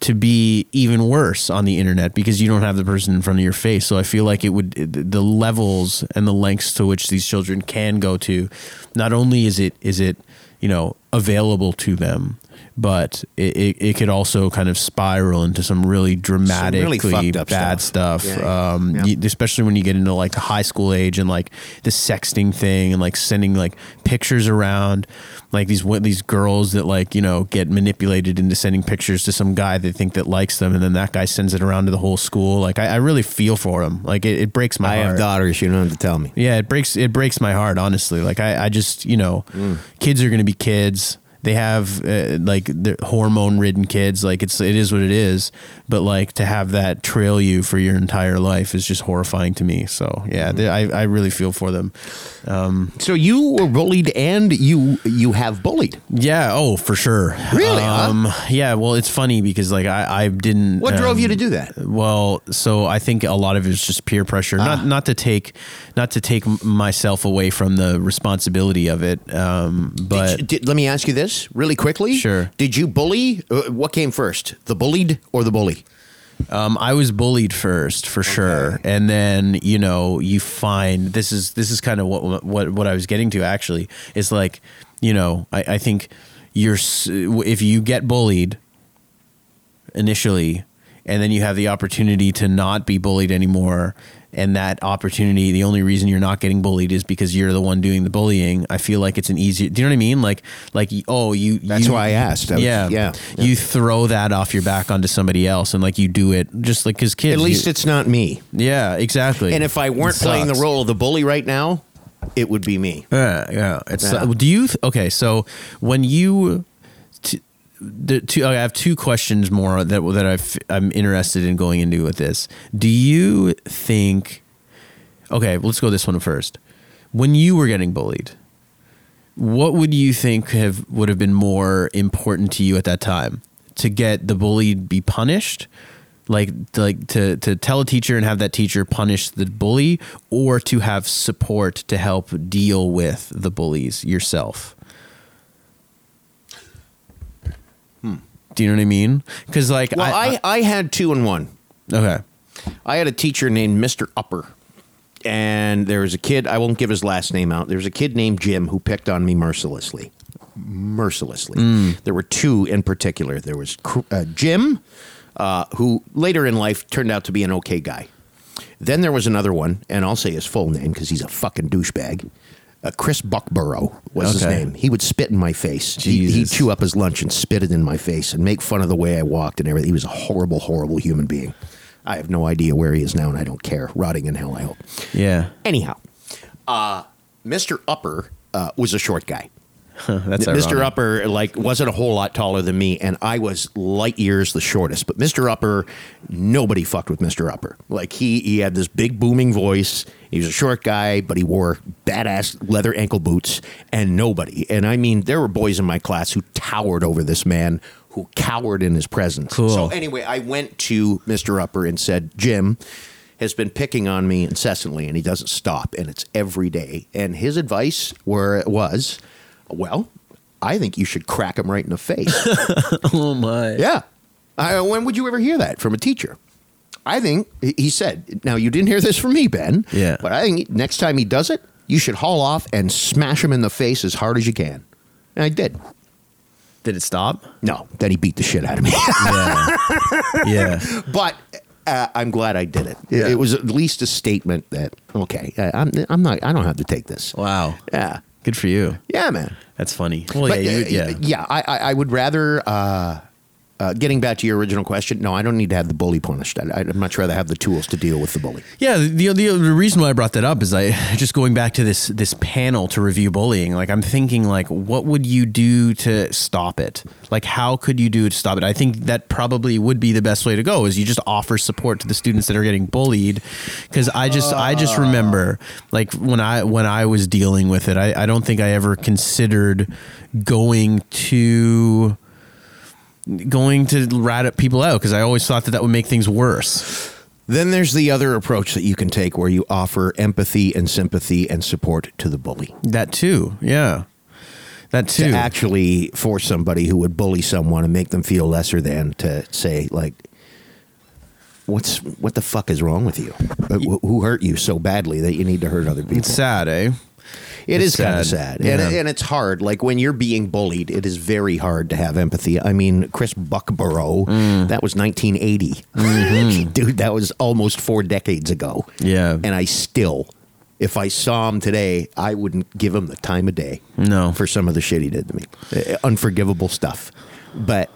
[SPEAKER 2] to be even worse on the internet because you don't have the person in front of your face. So I feel like it would the levels and the lengths to which these children can go to. Not only is it is it you know available to them, but it it, it could also kind of spiral into some really dramatically
[SPEAKER 1] fucked up
[SPEAKER 2] bad
[SPEAKER 1] stuff.
[SPEAKER 2] stuff.
[SPEAKER 1] Yeah,
[SPEAKER 2] Um,
[SPEAKER 1] yeah.
[SPEAKER 2] you- especially when you get into like the high school age and like the sexting thing and like sending like pictures around like these wo- these girls that like you know get manipulated into sending pictures to some guy they think that likes them and then that guy sends it around to the whole school like i, I really feel for him like it, it breaks my
[SPEAKER 1] I
[SPEAKER 2] heart
[SPEAKER 1] have daughters. You don't have to tell me.
[SPEAKER 2] yeah it breaks it breaks my heart honestly like i, I just you know kids are gonna be kids they have uh, like the hormone ridden kids like it's it is what it is but like to have that trail you for your entire life is just horrifying to me so yeah
[SPEAKER 1] Mm-hmm.
[SPEAKER 2] they, I, I really feel for them
[SPEAKER 1] So you were bullied and you, you have bullied.
[SPEAKER 2] yeah oh for sure
[SPEAKER 1] Really, huh?
[SPEAKER 2] um yeah well it's funny because like i i didn't
[SPEAKER 1] What drove
[SPEAKER 2] um,
[SPEAKER 1] you to do that?
[SPEAKER 2] Well, so I think a lot of it is just peer pressure.
[SPEAKER 1] Ah.
[SPEAKER 2] Not not to take not to take m- myself away from the responsibility of it, um, but
[SPEAKER 1] Did- did- let me ask you this really quickly.
[SPEAKER 2] Sure.
[SPEAKER 1] Did you bully? Uh, what came first, the bullied or the bully?
[SPEAKER 2] um, I was bullied first for sure, and then you know you find this is this is kind of what what what I was getting to actually is like you know I, I think you're s- if you get bullied initially and then you have the opportunity to not be bullied anymore and that opportunity the only reason you're not getting bullied is because you're the one doing the bullying i feel like it's an easy do you know what i mean like like oh you
[SPEAKER 1] That's
[SPEAKER 2] you-
[SPEAKER 1] why I asked. I was-
[SPEAKER 2] yeah
[SPEAKER 1] yeah.
[SPEAKER 2] you throw that off your back onto somebody else and like you do it just like because kids
[SPEAKER 1] At least
[SPEAKER 2] you-
[SPEAKER 1] it's not me.
[SPEAKER 2] yeah exactly
[SPEAKER 1] And if I weren't
[SPEAKER 2] It
[SPEAKER 1] playing the
[SPEAKER 2] sucks.
[SPEAKER 1] role of the bully right now, it would be me.
[SPEAKER 2] Yeah, yeah. It's uh,
[SPEAKER 1] Yeah.
[SPEAKER 2] do you th- okay? So when you, t- the two, I have two questions more that that I've, I'm interested in going into with this. Do you think? Okay, let's go this one first. When you were getting bullied, what would you think have would have been more important to you at that time? To get the bullied be punished, like like to to tell a teacher and have that teacher punish the bully, or to have support to help deal with the bullies yourself. Hmm. Do you know what I mean? Because like
[SPEAKER 1] Well, I, I, had two and one.
[SPEAKER 2] I okay
[SPEAKER 1] I had a teacher named Mr. Upper. And there was a kid, I won't give his last name out. There was a kid named Jim who picked on me mercilessly. Mercilessly. There were two in particular. There was Cr- uh, Jim, uh, who later in life turned out to be an okay guy. Then there was another one, and I'll say his full name because he's a fucking douchebag. Uh, Chris Buckborough was his
[SPEAKER 2] Okay.
[SPEAKER 1] name. He would spit in my face. He, he'd
[SPEAKER 2] Jesus.
[SPEAKER 1] chew up his lunch and spit it in my face and make fun of the way I walked and everything. He was a horrible, horrible human being. I have no idea where he is now, and I don't care. Rotting in hell, I hope.
[SPEAKER 2] yeah
[SPEAKER 1] Anyhow, uh, Mr. Upper uh, was a short guy.
[SPEAKER 2] that's
[SPEAKER 1] Mr.
[SPEAKER 2] ironic.
[SPEAKER 1] Upper like wasn't a whole lot taller than me, and I was light years the shortest. But Mr. Upper, nobody fucked with Mr. Upper. Like he he had this big booming voice. He was a short guy, but he wore badass leather ankle boots, and nobody. And I mean, there were boys in my class who towered over this man. who cowered in his presence.
[SPEAKER 2] Cool.
[SPEAKER 1] So anyway, I went to Mr. Upper and said, Jim has been picking on me incessantly and he doesn't stop and it's every day. And his advice where it was, well, I think you should crack him right in the face.
[SPEAKER 2] Oh my.
[SPEAKER 1] yeah. I, when would you ever hear that from a teacher? I think he- he said, now you didn't hear this from me, Ben.
[SPEAKER 2] Yeah.
[SPEAKER 1] But I think next time he does it, you should haul off and smash him in the face as hard as you can. And I did.
[SPEAKER 2] Did it stop?
[SPEAKER 1] No, then he beat the shit out of me.
[SPEAKER 2] Yeah. yeah.
[SPEAKER 1] but uh, I'm glad I did it. It-
[SPEAKER 2] Yeah.
[SPEAKER 1] It was at least a statement that okay, I, I'm I'm not I don't have to take this.
[SPEAKER 2] Wow.
[SPEAKER 1] Yeah,
[SPEAKER 2] Good for you.
[SPEAKER 1] yeah, man.
[SPEAKER 2] That's funny. Well,
[SPEAKER 1] But,
[SPEAKER 2] yeah,
[SPEAKER 1] uh,
[SPEAKER 2] you, yeah.
[SPEAKER 1] yeah. I, I I would rather. Uh, uh, getting back to your original question, no, I don't need to have the bully punished. I- I'd much rather have the tools to deal with the bully.
[SPEAKER 2] Yeah, the, the the reason why I brought that up is I just going back to this this panel to review bullying. Like I'm thinking, like what would you do to stop it? Like how could you do to stop it? I think that probably would be the best way to go is you just offer support to the students that are getting bullied. Because I just I just remember like when I when I was dealing with it, I, I don't think I ever considered going to going to rat up people out because I always thought that that would make things worse.
[SPEAKER 1] Then there's the other approach that you can take where you offer empathy and sympathy and support to the bully.
[SPEAKER 2] That too. Yeah. That too.
[SPEAKER 1] to actually force somebody who would bully someone and make them feel lesser than to say like what's what the fuck is wrong with you Uh, wh- who hurt you so badly that you need to hurt other people
[SPEAKER 2] it's sad, eh?
[SPEAKER 1] it
[SPEAKER 2] it's
[SPEAKER 1] is kind of
[SPEAKER 2] sad.
[SPEAKER 1] sad
[SPEAKER 2] Yeah.
[SPEAKER 1] and, and it's hard like when you're being bullied it is very hard to have empathy i mean chris buckborough
[SPEAKER 2] Mm.
[SPEAKER 1] that was 1980 dude that was almost four decades ago
[SPEAKER 2] Mm-hmm. Yeah.
[SPEAKER 1] and i still if i saw him today i wouldn't give him the time of day
[SPEAKER 2] No.
[SPEAKER 1] for some of the shit he did to me. Uh, Unforgivable stuff. But,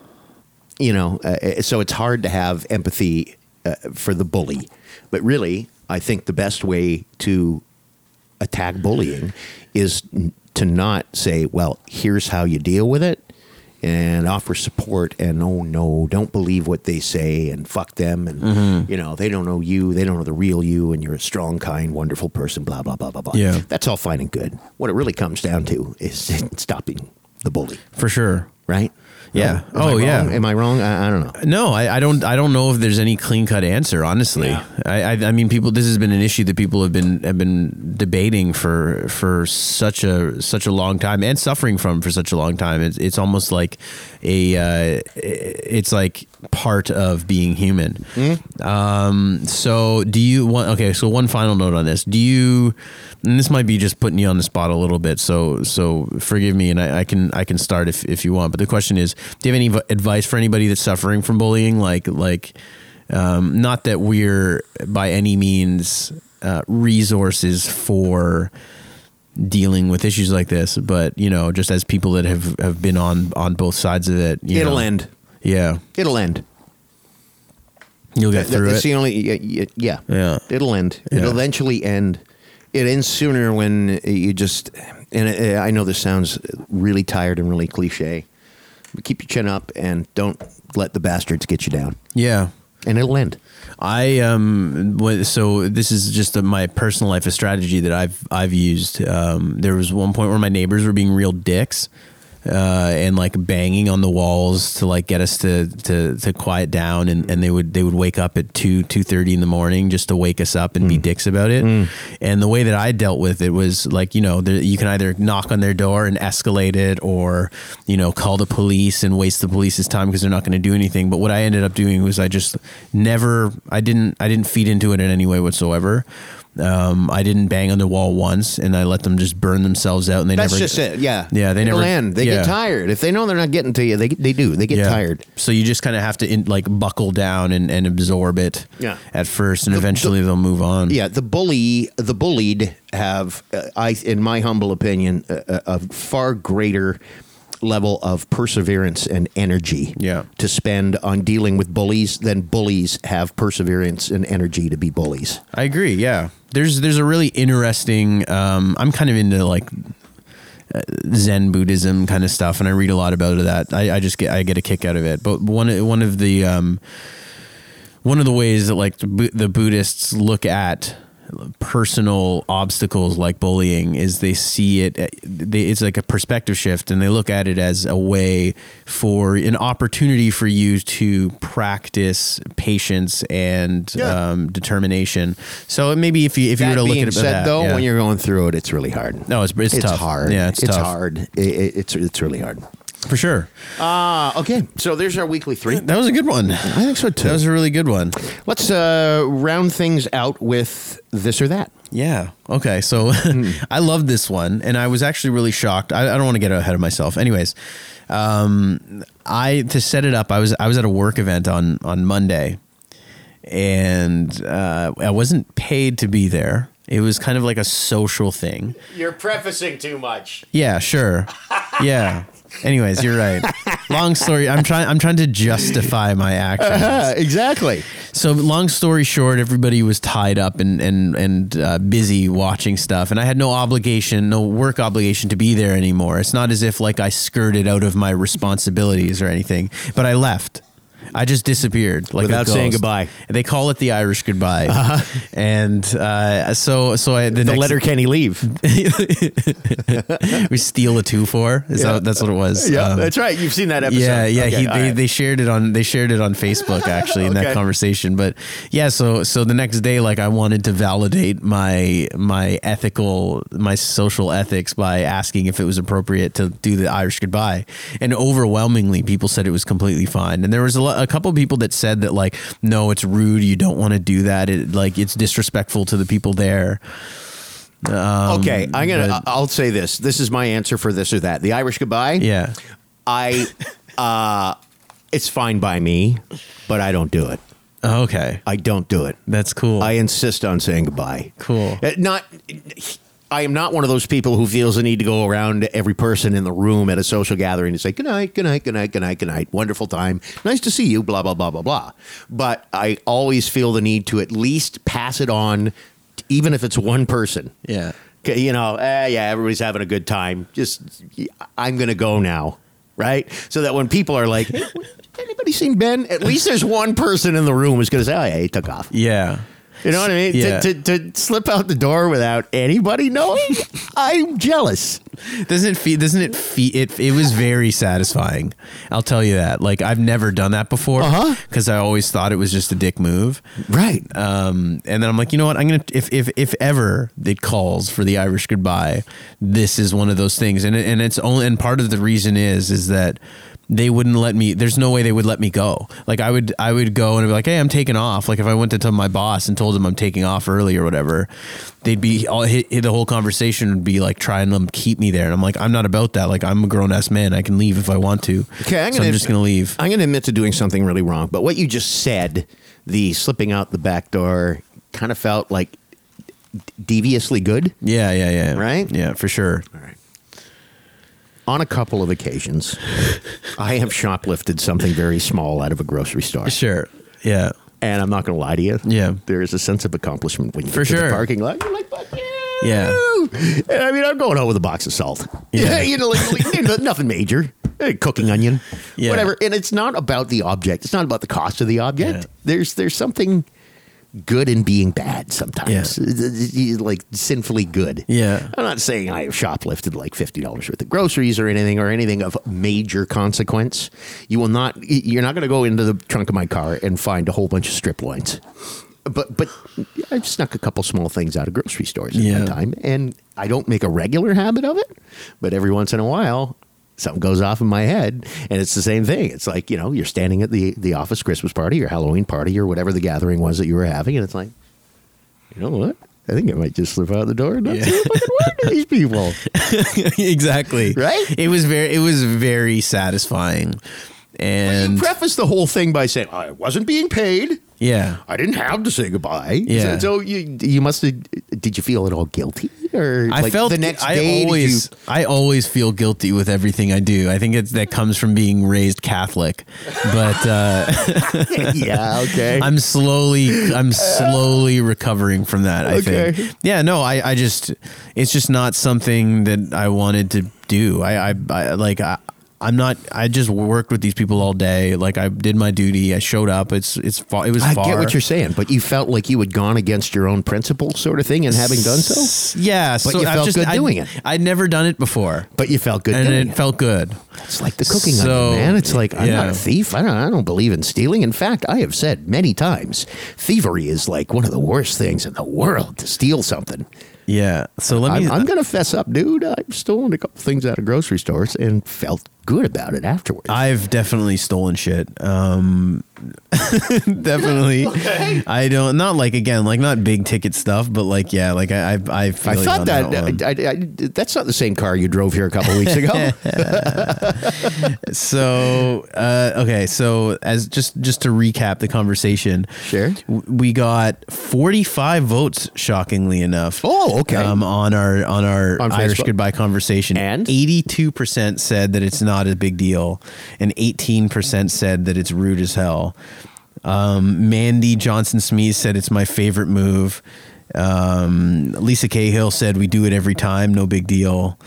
[SPEAKER 1] you know, uh, so it's hard to have empathy uh, for the bully. But really, I think the best way to attack bullying is n- to not say, well, here's how you deal with it and offer support and oh no don't believe what they say and fuck them and
[SPEAKER 2] Mm-hmm.
[SPEAKER 1] you know they don't know you they don't know the real you and you're a strong kind wonderful person blah blah blah blah blah
[SPEAKER 2] Yeah.
[SPEAKER 1] that's all fine and good what it really comes down to is stopping the bully
[SPEAKER 2] For sure.
[SPEAKER 1] right
[SPEAKER 2] Yeah.
[SPEAKER 1] Am I
[SPEAKER 2] Oh,
[SPEAKER 1] wrong?
[SPEAKER 2] yeah.
[SPEAKER 1] am i wrong i, I don't know
[SPEAKER 2] No, I, I don't. I don't know if there's any clean cut answer. Honestly, I, I, I mean, people. This has been an issue that people have been have been debating for for such a such a long time and suffering from for such a long time. It's it's almost like a uh, it's like part of being human. Um. So do you want? Okay. So one final note on this. Do you? And this might be just putting you on the spot a little bit. So so forgive me, and I, I can I can start if if you want. But the question is, do you have any v- advice for anybody that's suffering from bullying? Like like, um, not that we're by any means uh, resources for dealing with issues like this, but you know, just as people that have have been on on both sides of it, you
[SPEAKER 1] it'll
[SPEAKER 2] know.
[SPEAKER 1] end
[SPEAKER 2] Yeah,
[SPEAKER 1] it'll end
[SPEAKER 2] you'll get
[SPEAKER 1] Th-
[SPEAKER 2] through
[SPEAKER 1] that's
[SPEAKER 2] it.
[SPEAKER 1] the only yeah, yeah, yeah.
[SPEAKER 2] Yeah.
[SPEAKER 1] It'll end.
[SPEAKER 2] Yeah.
[SPEAKER 1] It'll eventually end. It ends sooner when you just. And it, I know this sounds really tired and really cliche, but keep your chin up and don't let the bastards get you down.
[SPEAKER 2] Yeah.
[SPEAKER 1] And it'll end.
[SPEAKER 2] I um wa- so this is just a, my personal life a strategy that I've I've used. Um, there was one point where my neighbors were being real dicks uh, and like banging on the walls to like get us to to, to quiet down, and, and they would they would wake up at two two thirty in the morning just to wake us up and
[SPEAKER 1] Mm.
[SPEAKER 2] be dicks about it. And the way that I dealt with it was like you know there, you can either knock on their door and escalate it, or you know call the police and waste the police's time because they're not going to do anything. But what I ended up doing was I just never I didn't I didn't feed into it in any way whatsoever. Um, I didn't bang on the wall once, and I let them just burn themselves out, and they
[SPEAKER 1] That's
[SPEAKER 2] never
[SPEAKER 1] just it. Yeah.
[SPEAKER 2] Yeah, they
[SPEAKER 1] it'll
[SPEAKER 2] never-
[SPEAKER 1] end. They
[SPEAKER 2] yeah.
[SPEAKER 1] get tired. If they know they're not getting to you, they, they do. They get
[SPEAKER 2] Yeah.
[SPEAKER 1] tired.
[SPEAKER 2] So you just kind of have to in, like buckle down and, and absorb it
[SPEAKER 1] Yeah.
[SPEAKER 2] at first, and eventually they'll move on.
[SPEAKER 1] Yeah, the bully, the bullied have, uh, I, in my humble opinion, a, a a far greater level of perseverance and energy
[SPEAKER 2] Yeah.
[SPEAKER 1] to spend on dealing with bullies than bullies have perseverance and energy to be bullies.
[SPEAKER 2] I agree. Yeah, there's there's a really interesting. Um, I'm kind of into like uh, Zen Buddhism kind of stuff, and I read a lot about that. I, I just get I get a kick out of it. But one of- one of the um, one of the ways that like the, Bu- the Buddhists look at personal obstacles like bullying is they see it eh, they, it's like a perspective shift and they look at it as a way for an opportunity for you to practice patience and
[SPEAKER 1] Yeah.
[SPEAKER 2] um, determination so maybe if you if you were
[SPEAKER 1] That
[SPEAKER 2] to look
[SPEAKER 1] being
[SPEAKER 2] at it
[SPEAKER 1] said,
[SPEAKER 2] that,
[SPEAKER 1] though,
[SPEAKER 2] yeah.
[SPEAKER 1] when you're going through it, it's really hard.
[SPEAKER 2] No, it's- it's tough.
[SPEAKER 1] hard.
[SPEAKER 2] Yeah, it's tough.
[SPEAKER 1] hard. It, it, it's it's really hard.
[SPEAKER 2] for sure
[SPEAKER 1] Ah, okay. So there's our weekly three.
[SPEAKER 2] that was a good one
[SPEAKER 1] I think so too.
[SPEAKER 2] that was a really good one
[SPEAKER 1] Let's uh, round things out with this or that.
[SPEAKER 2] Yeah. Okay. So I love this one, and I was actually really shocked. I, I don't want to get ahead of myself. Anyways, um, I to set it up. I was I was at a work event on on Monday, and uh, I wasn't paid to be there. It was kind of like a social thing.
[SPEAKER 1] You're prefacing too much.
[SPEAKER 2] Yeah. Sure. Yeah. Anyways, you're right. Long story. I'm trying. I'm trying to justify my actions.
[SPEAKER 1] Uh, exactly.
[SPEAKER 2] So long story short, everybody was tied up and and and uh, busy watching stuff, and I had no obligation, no work obligation to be there anymore. It's not as if like I skirted out of my responsibilities or anything, but I left. I just disappeared like a
[SPEAKER 1] Without saying
[SPEAKER 2] ghost.
[SPEAKER 1] goodbye. Uh-huh.
[SPEAKER 2] They call it the Irish goodbye, and uh, so so I, the,
[SPEAKER 1] The
[SPEAKER 2] next,
[SPEAKER 1] letter Kenny leave.
[SPEAKER 2] we steal a two four. Is that, that's what it was. Um,
[SPEAKER 1] right. You've seen that
[SPEAKER 2] yeah, yeah.
[SPEAKER 1] Okay,
[SPEAKER 2] he,
[SPEAKER 1] all
[SPEAKER 2] they,
[SPEAKER 1] right.
[SPEAKER 2] they shared it on they shared it on Facebook actually in
[SPEAKER 1] Okay.
[SPEAKER 2] that conversation. But yeah, so so the next day, like I wanted to validate my my ethical my social ethics by asking if it was appropriate to do the Irish goodbye, and overwhelmingly people said it was completely fine. And there was a, lo- a couple people that said that like no, it's rude. You don't want to do that. It like it's disrespectful to the people there.
[SPEAKER 1] okay, I'm gonna.
[SPEAKER 2] um, but-
[SPEAKER 1] I'll say this. This is my answer for this or that. The Irish goodbye.
[SPEAKER 2] Yeah.
[SPEAKER 1] I. Uh, it's fine by me, but I don't do it.
[SPEAKER 2] Okay.
[SPEAKER 1] I don't do it.
[SPEAKER 2] That's cool.
[SPEAKER 1] I insist on saying goodbye.
[SPEAKER 2] Cool.
[SPEAKER 1] Uh, Not. I am not one of those people who feels the need to go around to every person in the room at a social gathering and say good night, good night, good night, good night, good night. Wonderful time. Nice to see you. Blah blah blah blah blah. But I always feel the need to at least pass it on, even if it's one person.
[SPEAKER 2] yeah.
[SPEAKER 1] 'Kay, You know, eh, yeah, everybody's having a good time. Just I'm gonna go now, right? So that when people are like, "Hey, anybody seen Ben? At least there's one person in the room who's gonna say, oh yeah, he took off.
[SPEAKER 2] Yeah.
[SPEAKER 1] You know what I mean?
[SPEAKER 2] Yeah.
[SPEAKER 1] To, to, to slip out the door without anybody knowing, I'm jealous.
[SPEAKER 2] Doesn't it feel? Doesn't it feel? It it was very satisfying. I'll tell you that. Like I've never done that before
[SPEAKER 1] Uh-huh.
[SPEAKER 2] because I always thought it was just a dick move.
[SPEAKER 1] Right.
[SPEAKER 2] Um, and then I'm like, you know what? I'm gonna if if if ever it calls for the Irish goodbye, this is one of those things. And it- and it's only and part of the reason is is that they wouldn't let me. There's no way they would let me go. Like I would I would go and be like, hey, I'm taking off. Like if I went to tell my boss and told him I'm taking off early or whatever, they'd be all hit, the whole conversation would be like trying to keep me there. And I'm like, I'm not about that. Like I'm a grown ass man. I can leave if I want to.
[SPEAKER 1] Okay, I'm
[SPEAKER 2] So
[SPEAKER 1] gonna-
[SPEAKER 2] I'm just gonna leave.
[SPEAKER 1] I'm going to admit to doing something really wrong, but what you just said, the slipping out the back door, kind of felt like deviously good
[SPEAKER 2] yeah, yeah, yeah.
[SPEAKER 1] Right?
[SPEAKER 2] Yeah, for sure.
[SPEAKER 1] on a couple of occasions. I have shoplifted something very small out of a grocery store.
[SPEAKER 2] Sure. Yeah.
[SPEAKER 1] And I'm not going to lie to you.
[SPEAKER 2] Yeah.
[SPEAKER 1] There is a sense of accomplishment when you
[SPEAKER 2] For
[SPEAKER 1] get to
[SPEAKER 2] sure.
[SPEAKER 1] the parking lot. You're like, fuck yeah.
[SPEAKER 2] Yeah.
[SPEAKER 1] And I mean, I'm going home with a box of salt.
[SPEAKER 2] Yeah.
[SPEAKER 1] you know, like, like, you know, nothing major. Eh, cooking onion,
[SPEAKER 2] Yeah.
[SPEAKER 1] whatever. And it's not about the object. It's not about the cost of the object.
[SPEAKER 2] Yeah.
[SPEAKER 1] There's there's something good in being bad sometimes,
[SPEAKER 2] Yeah.
[SPEAKER 1] Eh, eh, eh, like sinfully good.
[SPEAKER 2] Yeah.
[SPEAKER 1] I'm not saying I have shoplifted like fifty dollars worth of groceries or anything or anything of major consequence. You will not. You're not going to go into the trunk of my car and find a whole bunch of strip loins. But but I've snuck a couple small things out of grocery stores at
[SPEAKER 2] Yeah.
[SPEAKER 1] my time, and I don't make a regular habit of it. But every once in a while, something goes off in my head, and it's the same thing. It's like you know, you're standing at the the office Christmas party or Halloween party or whatever the gathering was that you were having, and it's like you know what? I think I might just slip out the door and not say a fucking word to these people.
[SPEAKER 2] exactly.
[SPEAKER 1] Right?
[SPEAKER 2] It was very it was very satisfying.
[SPEAKER 1] You
[SPEAKER 2] And
[SPEAKER 1] preface the whole thing by saying, I wasn't being paid.
[SPEAKER 2] yeah.
[SPEAKER 1] I didn't have to say goodbye. So,
[SPEAKER 2] Yeah.
[SPEAKER 1] so you you must have, did you feel at all guilty? Or
[SPEAKER 2] I
[SPEAKER 1] like,
[SPEAKER 2] felt
[SPEAKER 1] the next
[SPEAKER 2] I
[SPEAKER 1] day did
[SPEAKER 2] always
[SPEAKER 1] you-
[SPEAKER 2] I always feel guilty with everything I do. I think it's that comes from being raised Catholic. But uh,
[SPEAKER 1] yeah, okay.
[SPEAKER 2] I'm slowly I'm slowly recovering from that, I
[SPEAKER 1] Okay.
[SPEAKER 2] think. Yeah, no, I, I just it's just not something that I wanted to do. I I, I like I I'm not. I just worked with these people all day. Like I did my duty. I showed up. It's it's far. It was.
[SPEAKER 1] I
[SPEAKER 2] far.
[SPEAKER 1] get what you're saying, but you felt like you had gone against your own principle, sort of thing, and having done so.
[SPEAKER 2] Yeah, but
[SPEAKER 1] you felt good doing it.
[SPEAKER 2] I'd never done it before,
[SPEAKER 1] But you felt good,
[SPEAKER 2] and
[SPEAKER 1] doing
[SPEAKER 2] it, felt good.
[SPEAKER 1] It's like the cooking
[SPEAKER 2] So,
[SPEAKER 1] onion, man. It's like I'm not
[SPEAKER 2] yeah.
[SPEAKER 1] a thief. I don't. I don't believe in stealing. In fact, I have said many times, thievery is like one of the worst things in the world. To steal something,
[SPEAKER 2] Yeah. So let me.
[SPEAKER 1] I'm, I'm gonna fess up, dude. I've stolen a couple things out of grocery stores and felt good about it afterwards.
[SPEAKER 2] I've definitely stolen shit. Um, definitely. I don't not like again like not big ticket stuff, but like yeah, like I I, I, feel
[SPEAKER 1] I
[SPEAKER 2] you
[SPEAKER 1] thought
[SPEAKER 2] on
[SPEAKER 1] that, uh,
[SPEAKER 2] one.
[SPEAKER 1] I, I, I, that's not the same car you drove here a couple weeks ago.
[SPEAKER 2] so uh, okay so as just just to recap the conversation
[SPEAKER 1] Sure.
[SPEAKER 2] w- we got 45 votes shockingly enough
[SPEAKER 1] Oh, okay.
[SPEAKER 2] um, on our on our
[SPEAKER 1] On
[SPEAKER 2] irish
[SPEAKER 1] Facebook.
[SPEAKER 2] goodbye conversation
[SPEAKER 1] And?
[SPEAKER 2] 82% said that it's not a big deal and 18% said that it's rude as hell um, mandy johnson smee said it's my favorite move um, lisa cahill said we do it every time no big deal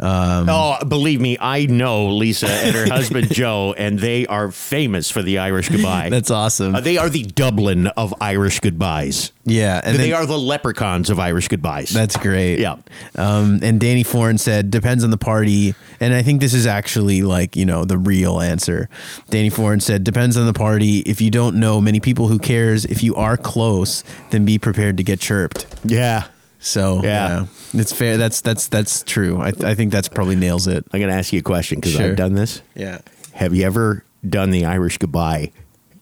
[SPEAKER 5] Oh, believe me, I know Lisa and her husband Joe, and they are famous for the Irish goodbye.
[SPEAKER 2] that's awesome
[SPEAKER 5] Uh, they are the Dublin of Irish goodbyes.
[SPEAKER 2] yeah and
[SPEAKER 5] they
[SPEAKER 2] then-
[SPEAKER 5] are the leprechauns of Irish goodbyes.
[SPEAKER 2] That's great.
[SPEAKER 5] Yeah.
[SPEAKER 2] Um, and Danny Foren said, depends on the party. And I think this is actually like, you know, the real answer. Danny Foren said, depends on the party. If you don't know many people, who cares? If you are close, then be prepared to get chirped.
[SPEAKER 5] yeah.
[SPEAKER 2] So
[SPEAKER 5] Yeah.
[SPEAKER 2] yeah, it's fair. That's, that's, that's true. I, I think that's probably nails it.
[SPEAKER 5] I'm going to ask you a question because
[SPEAKER 2] Sure.
[SPEAKER 5] I've done this.
[SPEAKER 2] Yeah.
[SPEAKER 5] Have you ever done the Irish goodbye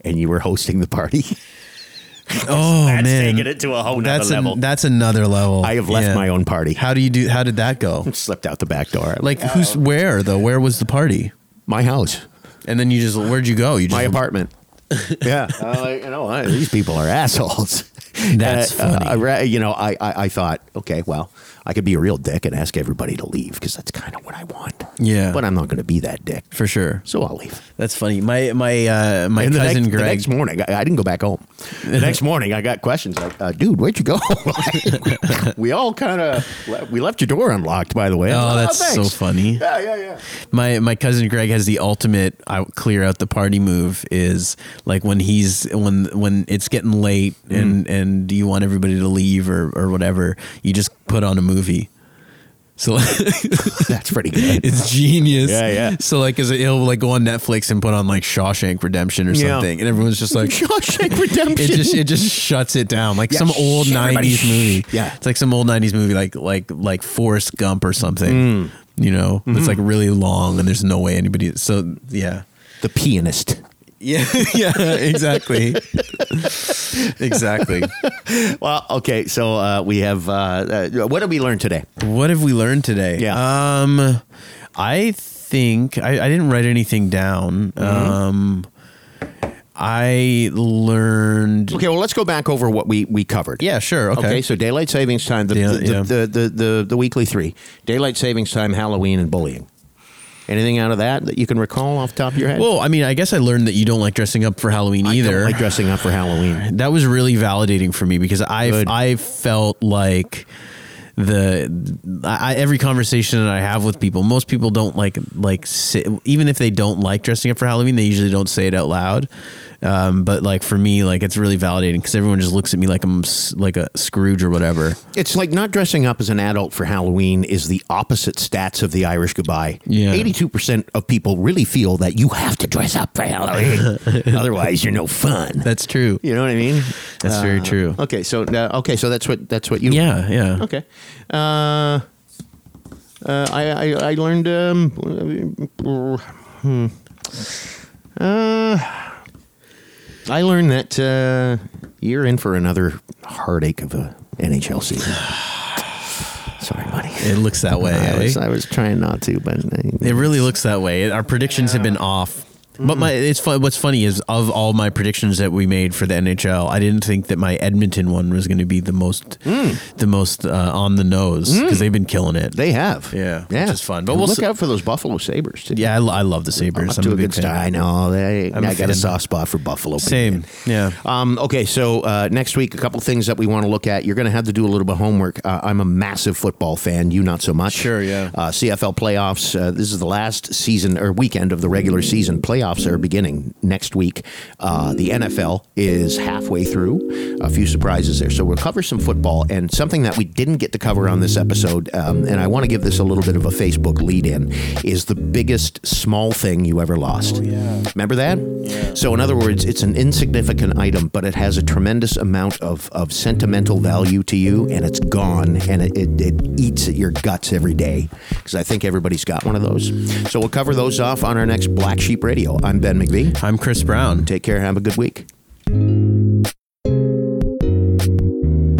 [SPEAKER 5] and you were hosting the party?
[SPEAKER 2] Oh
[SPEAKER 5] That's
[SPEAKER 2] man.
[SPEAKER 5] taking it to a whole nother
[SPEAKER 2] that's an-
[SPEAKER 5] level.
[SPEAKER 2] that's another level.
[SPEAKER 5] I have left
[SPEAKER 2] Yeah.
[SPEAKER 5] my own party.
[SPEAKER 2] How do you do? How did that go?
[SPEAKER 5] Slipped out the back door.
[SPEAKER 2] Like who's
[SPEAKER 5] Uh,
[SPEAKER 2] where though? Where was the party?
[SPEAKER 1] My house,
[SPEAKER 2] And then you just, where'd you go? You just
[SPEAKER 1] my apartment.
[SPEAKER 5] yeah.
[SPEAKER 1] Uh, like, you know, I- these people are assholes.
[SPEAKER 2] That's
[SPEAKER 1] uh,
[SPEAKER 2] funny.
[SPEAKER 1] I ra- you know, I, I, I thought, okay, well, I could be a real dick and ask everybody to leave because that's kind of what I want.
[SPEAKER 2] Yeah.
[SPEAKER 1] But I'm not going to be that dick.
[SPEAKER 2] for sure.
[SPEAKER 1] So I'll leave.
[SPEAKER 2] That's funny. My my uh, my
[SPEAKER 1] And the,
[SPEAKER 2] cousin
[SPEAKER 1] next, the
[SPEAKER 2] Greg.
[SPEAKER 1] next morning, I, I didn't go back home. The next morning, I got questions like, uh, dude, where'd you go? we all kind of, le- we left your door unlocked, by the way. I'm
[SPEAKER 2] Oh,
[SPEAKER 1] like,
[SPEAKER 2] that's so
[SPEAKER 1] thanks."
[SPEAKER 2] funny.
[SPEAKER 1] Yeah, yeah, yeah.
[SPEAKER 2] My my cousin Greg has the ultimate I clear out the party move is like when he's when when it's getting late
[SPEAKER 1] Mm.
[SPEAKER 2] and and you want everybody to leave or or whatever, you just put on a movie. So like,
[SPEAKER 1] That's pretty good.
[SPEAKER 2] it's genius.
[SPEAKER 5] Yeah, yeah.
[SPEAKER 2] So like, cause he'll like go on Netflix and put on like Shawshank Redemption or
[SPEAKER 5] Yeah.
[SPEAKER 2] something, and everyone's just like,
[SPEAKER 1] Shawshank Redemption.
[SPEAKER 2] It just it just shuts it down like
[SPEAKER 1] Yeah,
[SPEAKER 2] some
[SPEAKER 1] shh,
[SPEAKER 2] old
[SPEAKER 1] everybody,
[SPEAKER 2] nineties
[SPEAKER 1] shh.
[SPEAKER 2] movie.
[SPEAKER 1] Yeah.
[SPEAKER 2] it's like some old nineties movie like like like Forrest Gump or
[SPEAKER 1] Mm.
[SPEAKER 2] something. You know,
[SPEAKER 1] Mm-hmm.
[SPEAKER 2] it's like really long and there's no way anybody. So yeah,
[SPEAKER 1] the pianist.
[SPEAKER 2] yeah, yeah, exactly, exactly.
[SPEAKER 1] Well, okay, so uh, we have, uh, uh, what did we learn today?
[SPEAKER 2] What have we learned today?
[SPEAKER 1] Yeah.
[SPEAKER 2] um, I think I, I didn't write anything down.
[SPEAKER 1] Mm-hmm.
[SPEAKER 2] Um, I learned.
[SPEAKER 1] Okay, well, let's go back over what we, we covered.
[SPEAKER 2] Yeah, sure. Okay.
[SPEAKER 1] Okay. so daylight savings time, the,
[SPEAKER 2] Yeah,
[SPEAKER 1] the,
[SPEAKER 2] yeah.
[SPEAKER 1] The, the, the, the weekly three, daylight savings time, Halloween, and bullying. Anything out of that that you can recall off the top of your head?
[SPEAKER 2] Well, I mean, I guess I learned that you don't like dressing up for Halloween
[SPEAKER 1] I don't
[SPEAKER 2] either.
[SPEAKER 1] like dressing up for Halloween.
[SPEAKER 2] that was really validating for me because I
[SPEAKER 1] Good.
[SPEAKER 2] I felt like the I, every conversation that I have with people, most people don't like like say, even if they don't like dressing up for Halloween, they usually don't say it out loud. Um, but like for me, like it's really validating because everyone just looks at me like I'm s- like a Scrooge or whatever.
[SPEAKER 1] It's like not dressing up as an adult for Halloween is the opposite stats of the Irish goodbye.
[SPEAKER 2] Yeah.
[SPEAKER 1] 82% of people really feel that you have to dress up for Halloween. Otherwise, you're no fun.
[SPEAKER 2] That's true.
[SPEAKER 1] you know what I mean?
[SPEAKER 2] That's very
[SPEAKER 1] Uh,
[SPEAKER 2] true.
[SPEAKER 1] Okay, so uh, okay, so that's what that's what you
[SPEAKER 2] Yeah, yeah.
[SPEAKER 1] Okay. Uh, uh, I, I I learned um, hmm. uh, I learned that uh, you're in for another heartache of a NHL season. Sorry, buddy.
[SPEAKER 2] It looks that way.
[SPEAKER 1] I was,
[SPEAKER 2] eh?
[SPEAKER 1] I was trying not to, but
[SPEAKER 2] It really looks that way. Our predictions have been off. But my it's fun. What's funny is of all my predictions that we made for the NHL, I didn't think that my Edmonton one was going to be the most the most uh, on the nose because they've been killing it.
[SPEAKER 1] Hmm. They have.
[SPEAKER 2] Yeah,
[SPEAKER 1] Yeah.
[SPEAKER 2] which is fun. But
[SPEAKER 1] And
[SPEAKER 2] we'll
[SPEAKER 1] look
[SPEAKER 2] s-
[SPEAKER 1] out for those Buffalo Sabres. too.
[SPEAKER 2] yeah, I, lo- I love the
[SPEAKER 1] Up
[SPEAKER 2] Sabers.
[SPEAKER 1] to a good start. I know. They,
[SPEAKER 2] I'm a
[SPEAKER 1] I got a
[SPEAKER 2] fan.
[SPEAKER 1] soft spot for Buffalo.
[SPEAKER 2] Same. Yeah.
[SPEAKER 1] Um, okay, so uh, next week, a couple things that we want to look at. You're going to have to do a little bit of homework. Uh, I'm a massive football fan. You not so much.
[SPEAKER 2] Sure, yeah.
[SPEAKER 1] Uh, CFL playoffs. Uh, this is the last season or weekend of the regular season. Playoffs are beginning next week. Uh, the NFL is halfway through. A few surprises there. So we'll cover some football and something that we didn't get to cover on this episode. Um, and I want to give this a little bit of a Facebook lead in is the biggest small thing you ever lost. Remember that? So, in other words, it's an insignificant item, but it has a tremendous amount of, of sentimental value to you, and it's gone, and it, it, it eats at your guts every day. Because I think everybody's got one of those. So, we'll cover those off on our next Black Sheep Radio. I'm Ben McVie.
[SPEAKER 2] I'm Chris Brown.
[SPEAKER 1] Take care. Have a good week.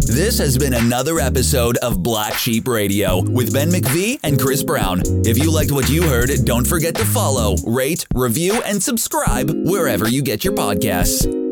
[SPEAKER 3] This has been another episode of Black Sheep Radio with Ben McVee and Chris Brown. If you liked what you heard, don't forget to follow, rate, review, and subscribe wherever you get your podcasts.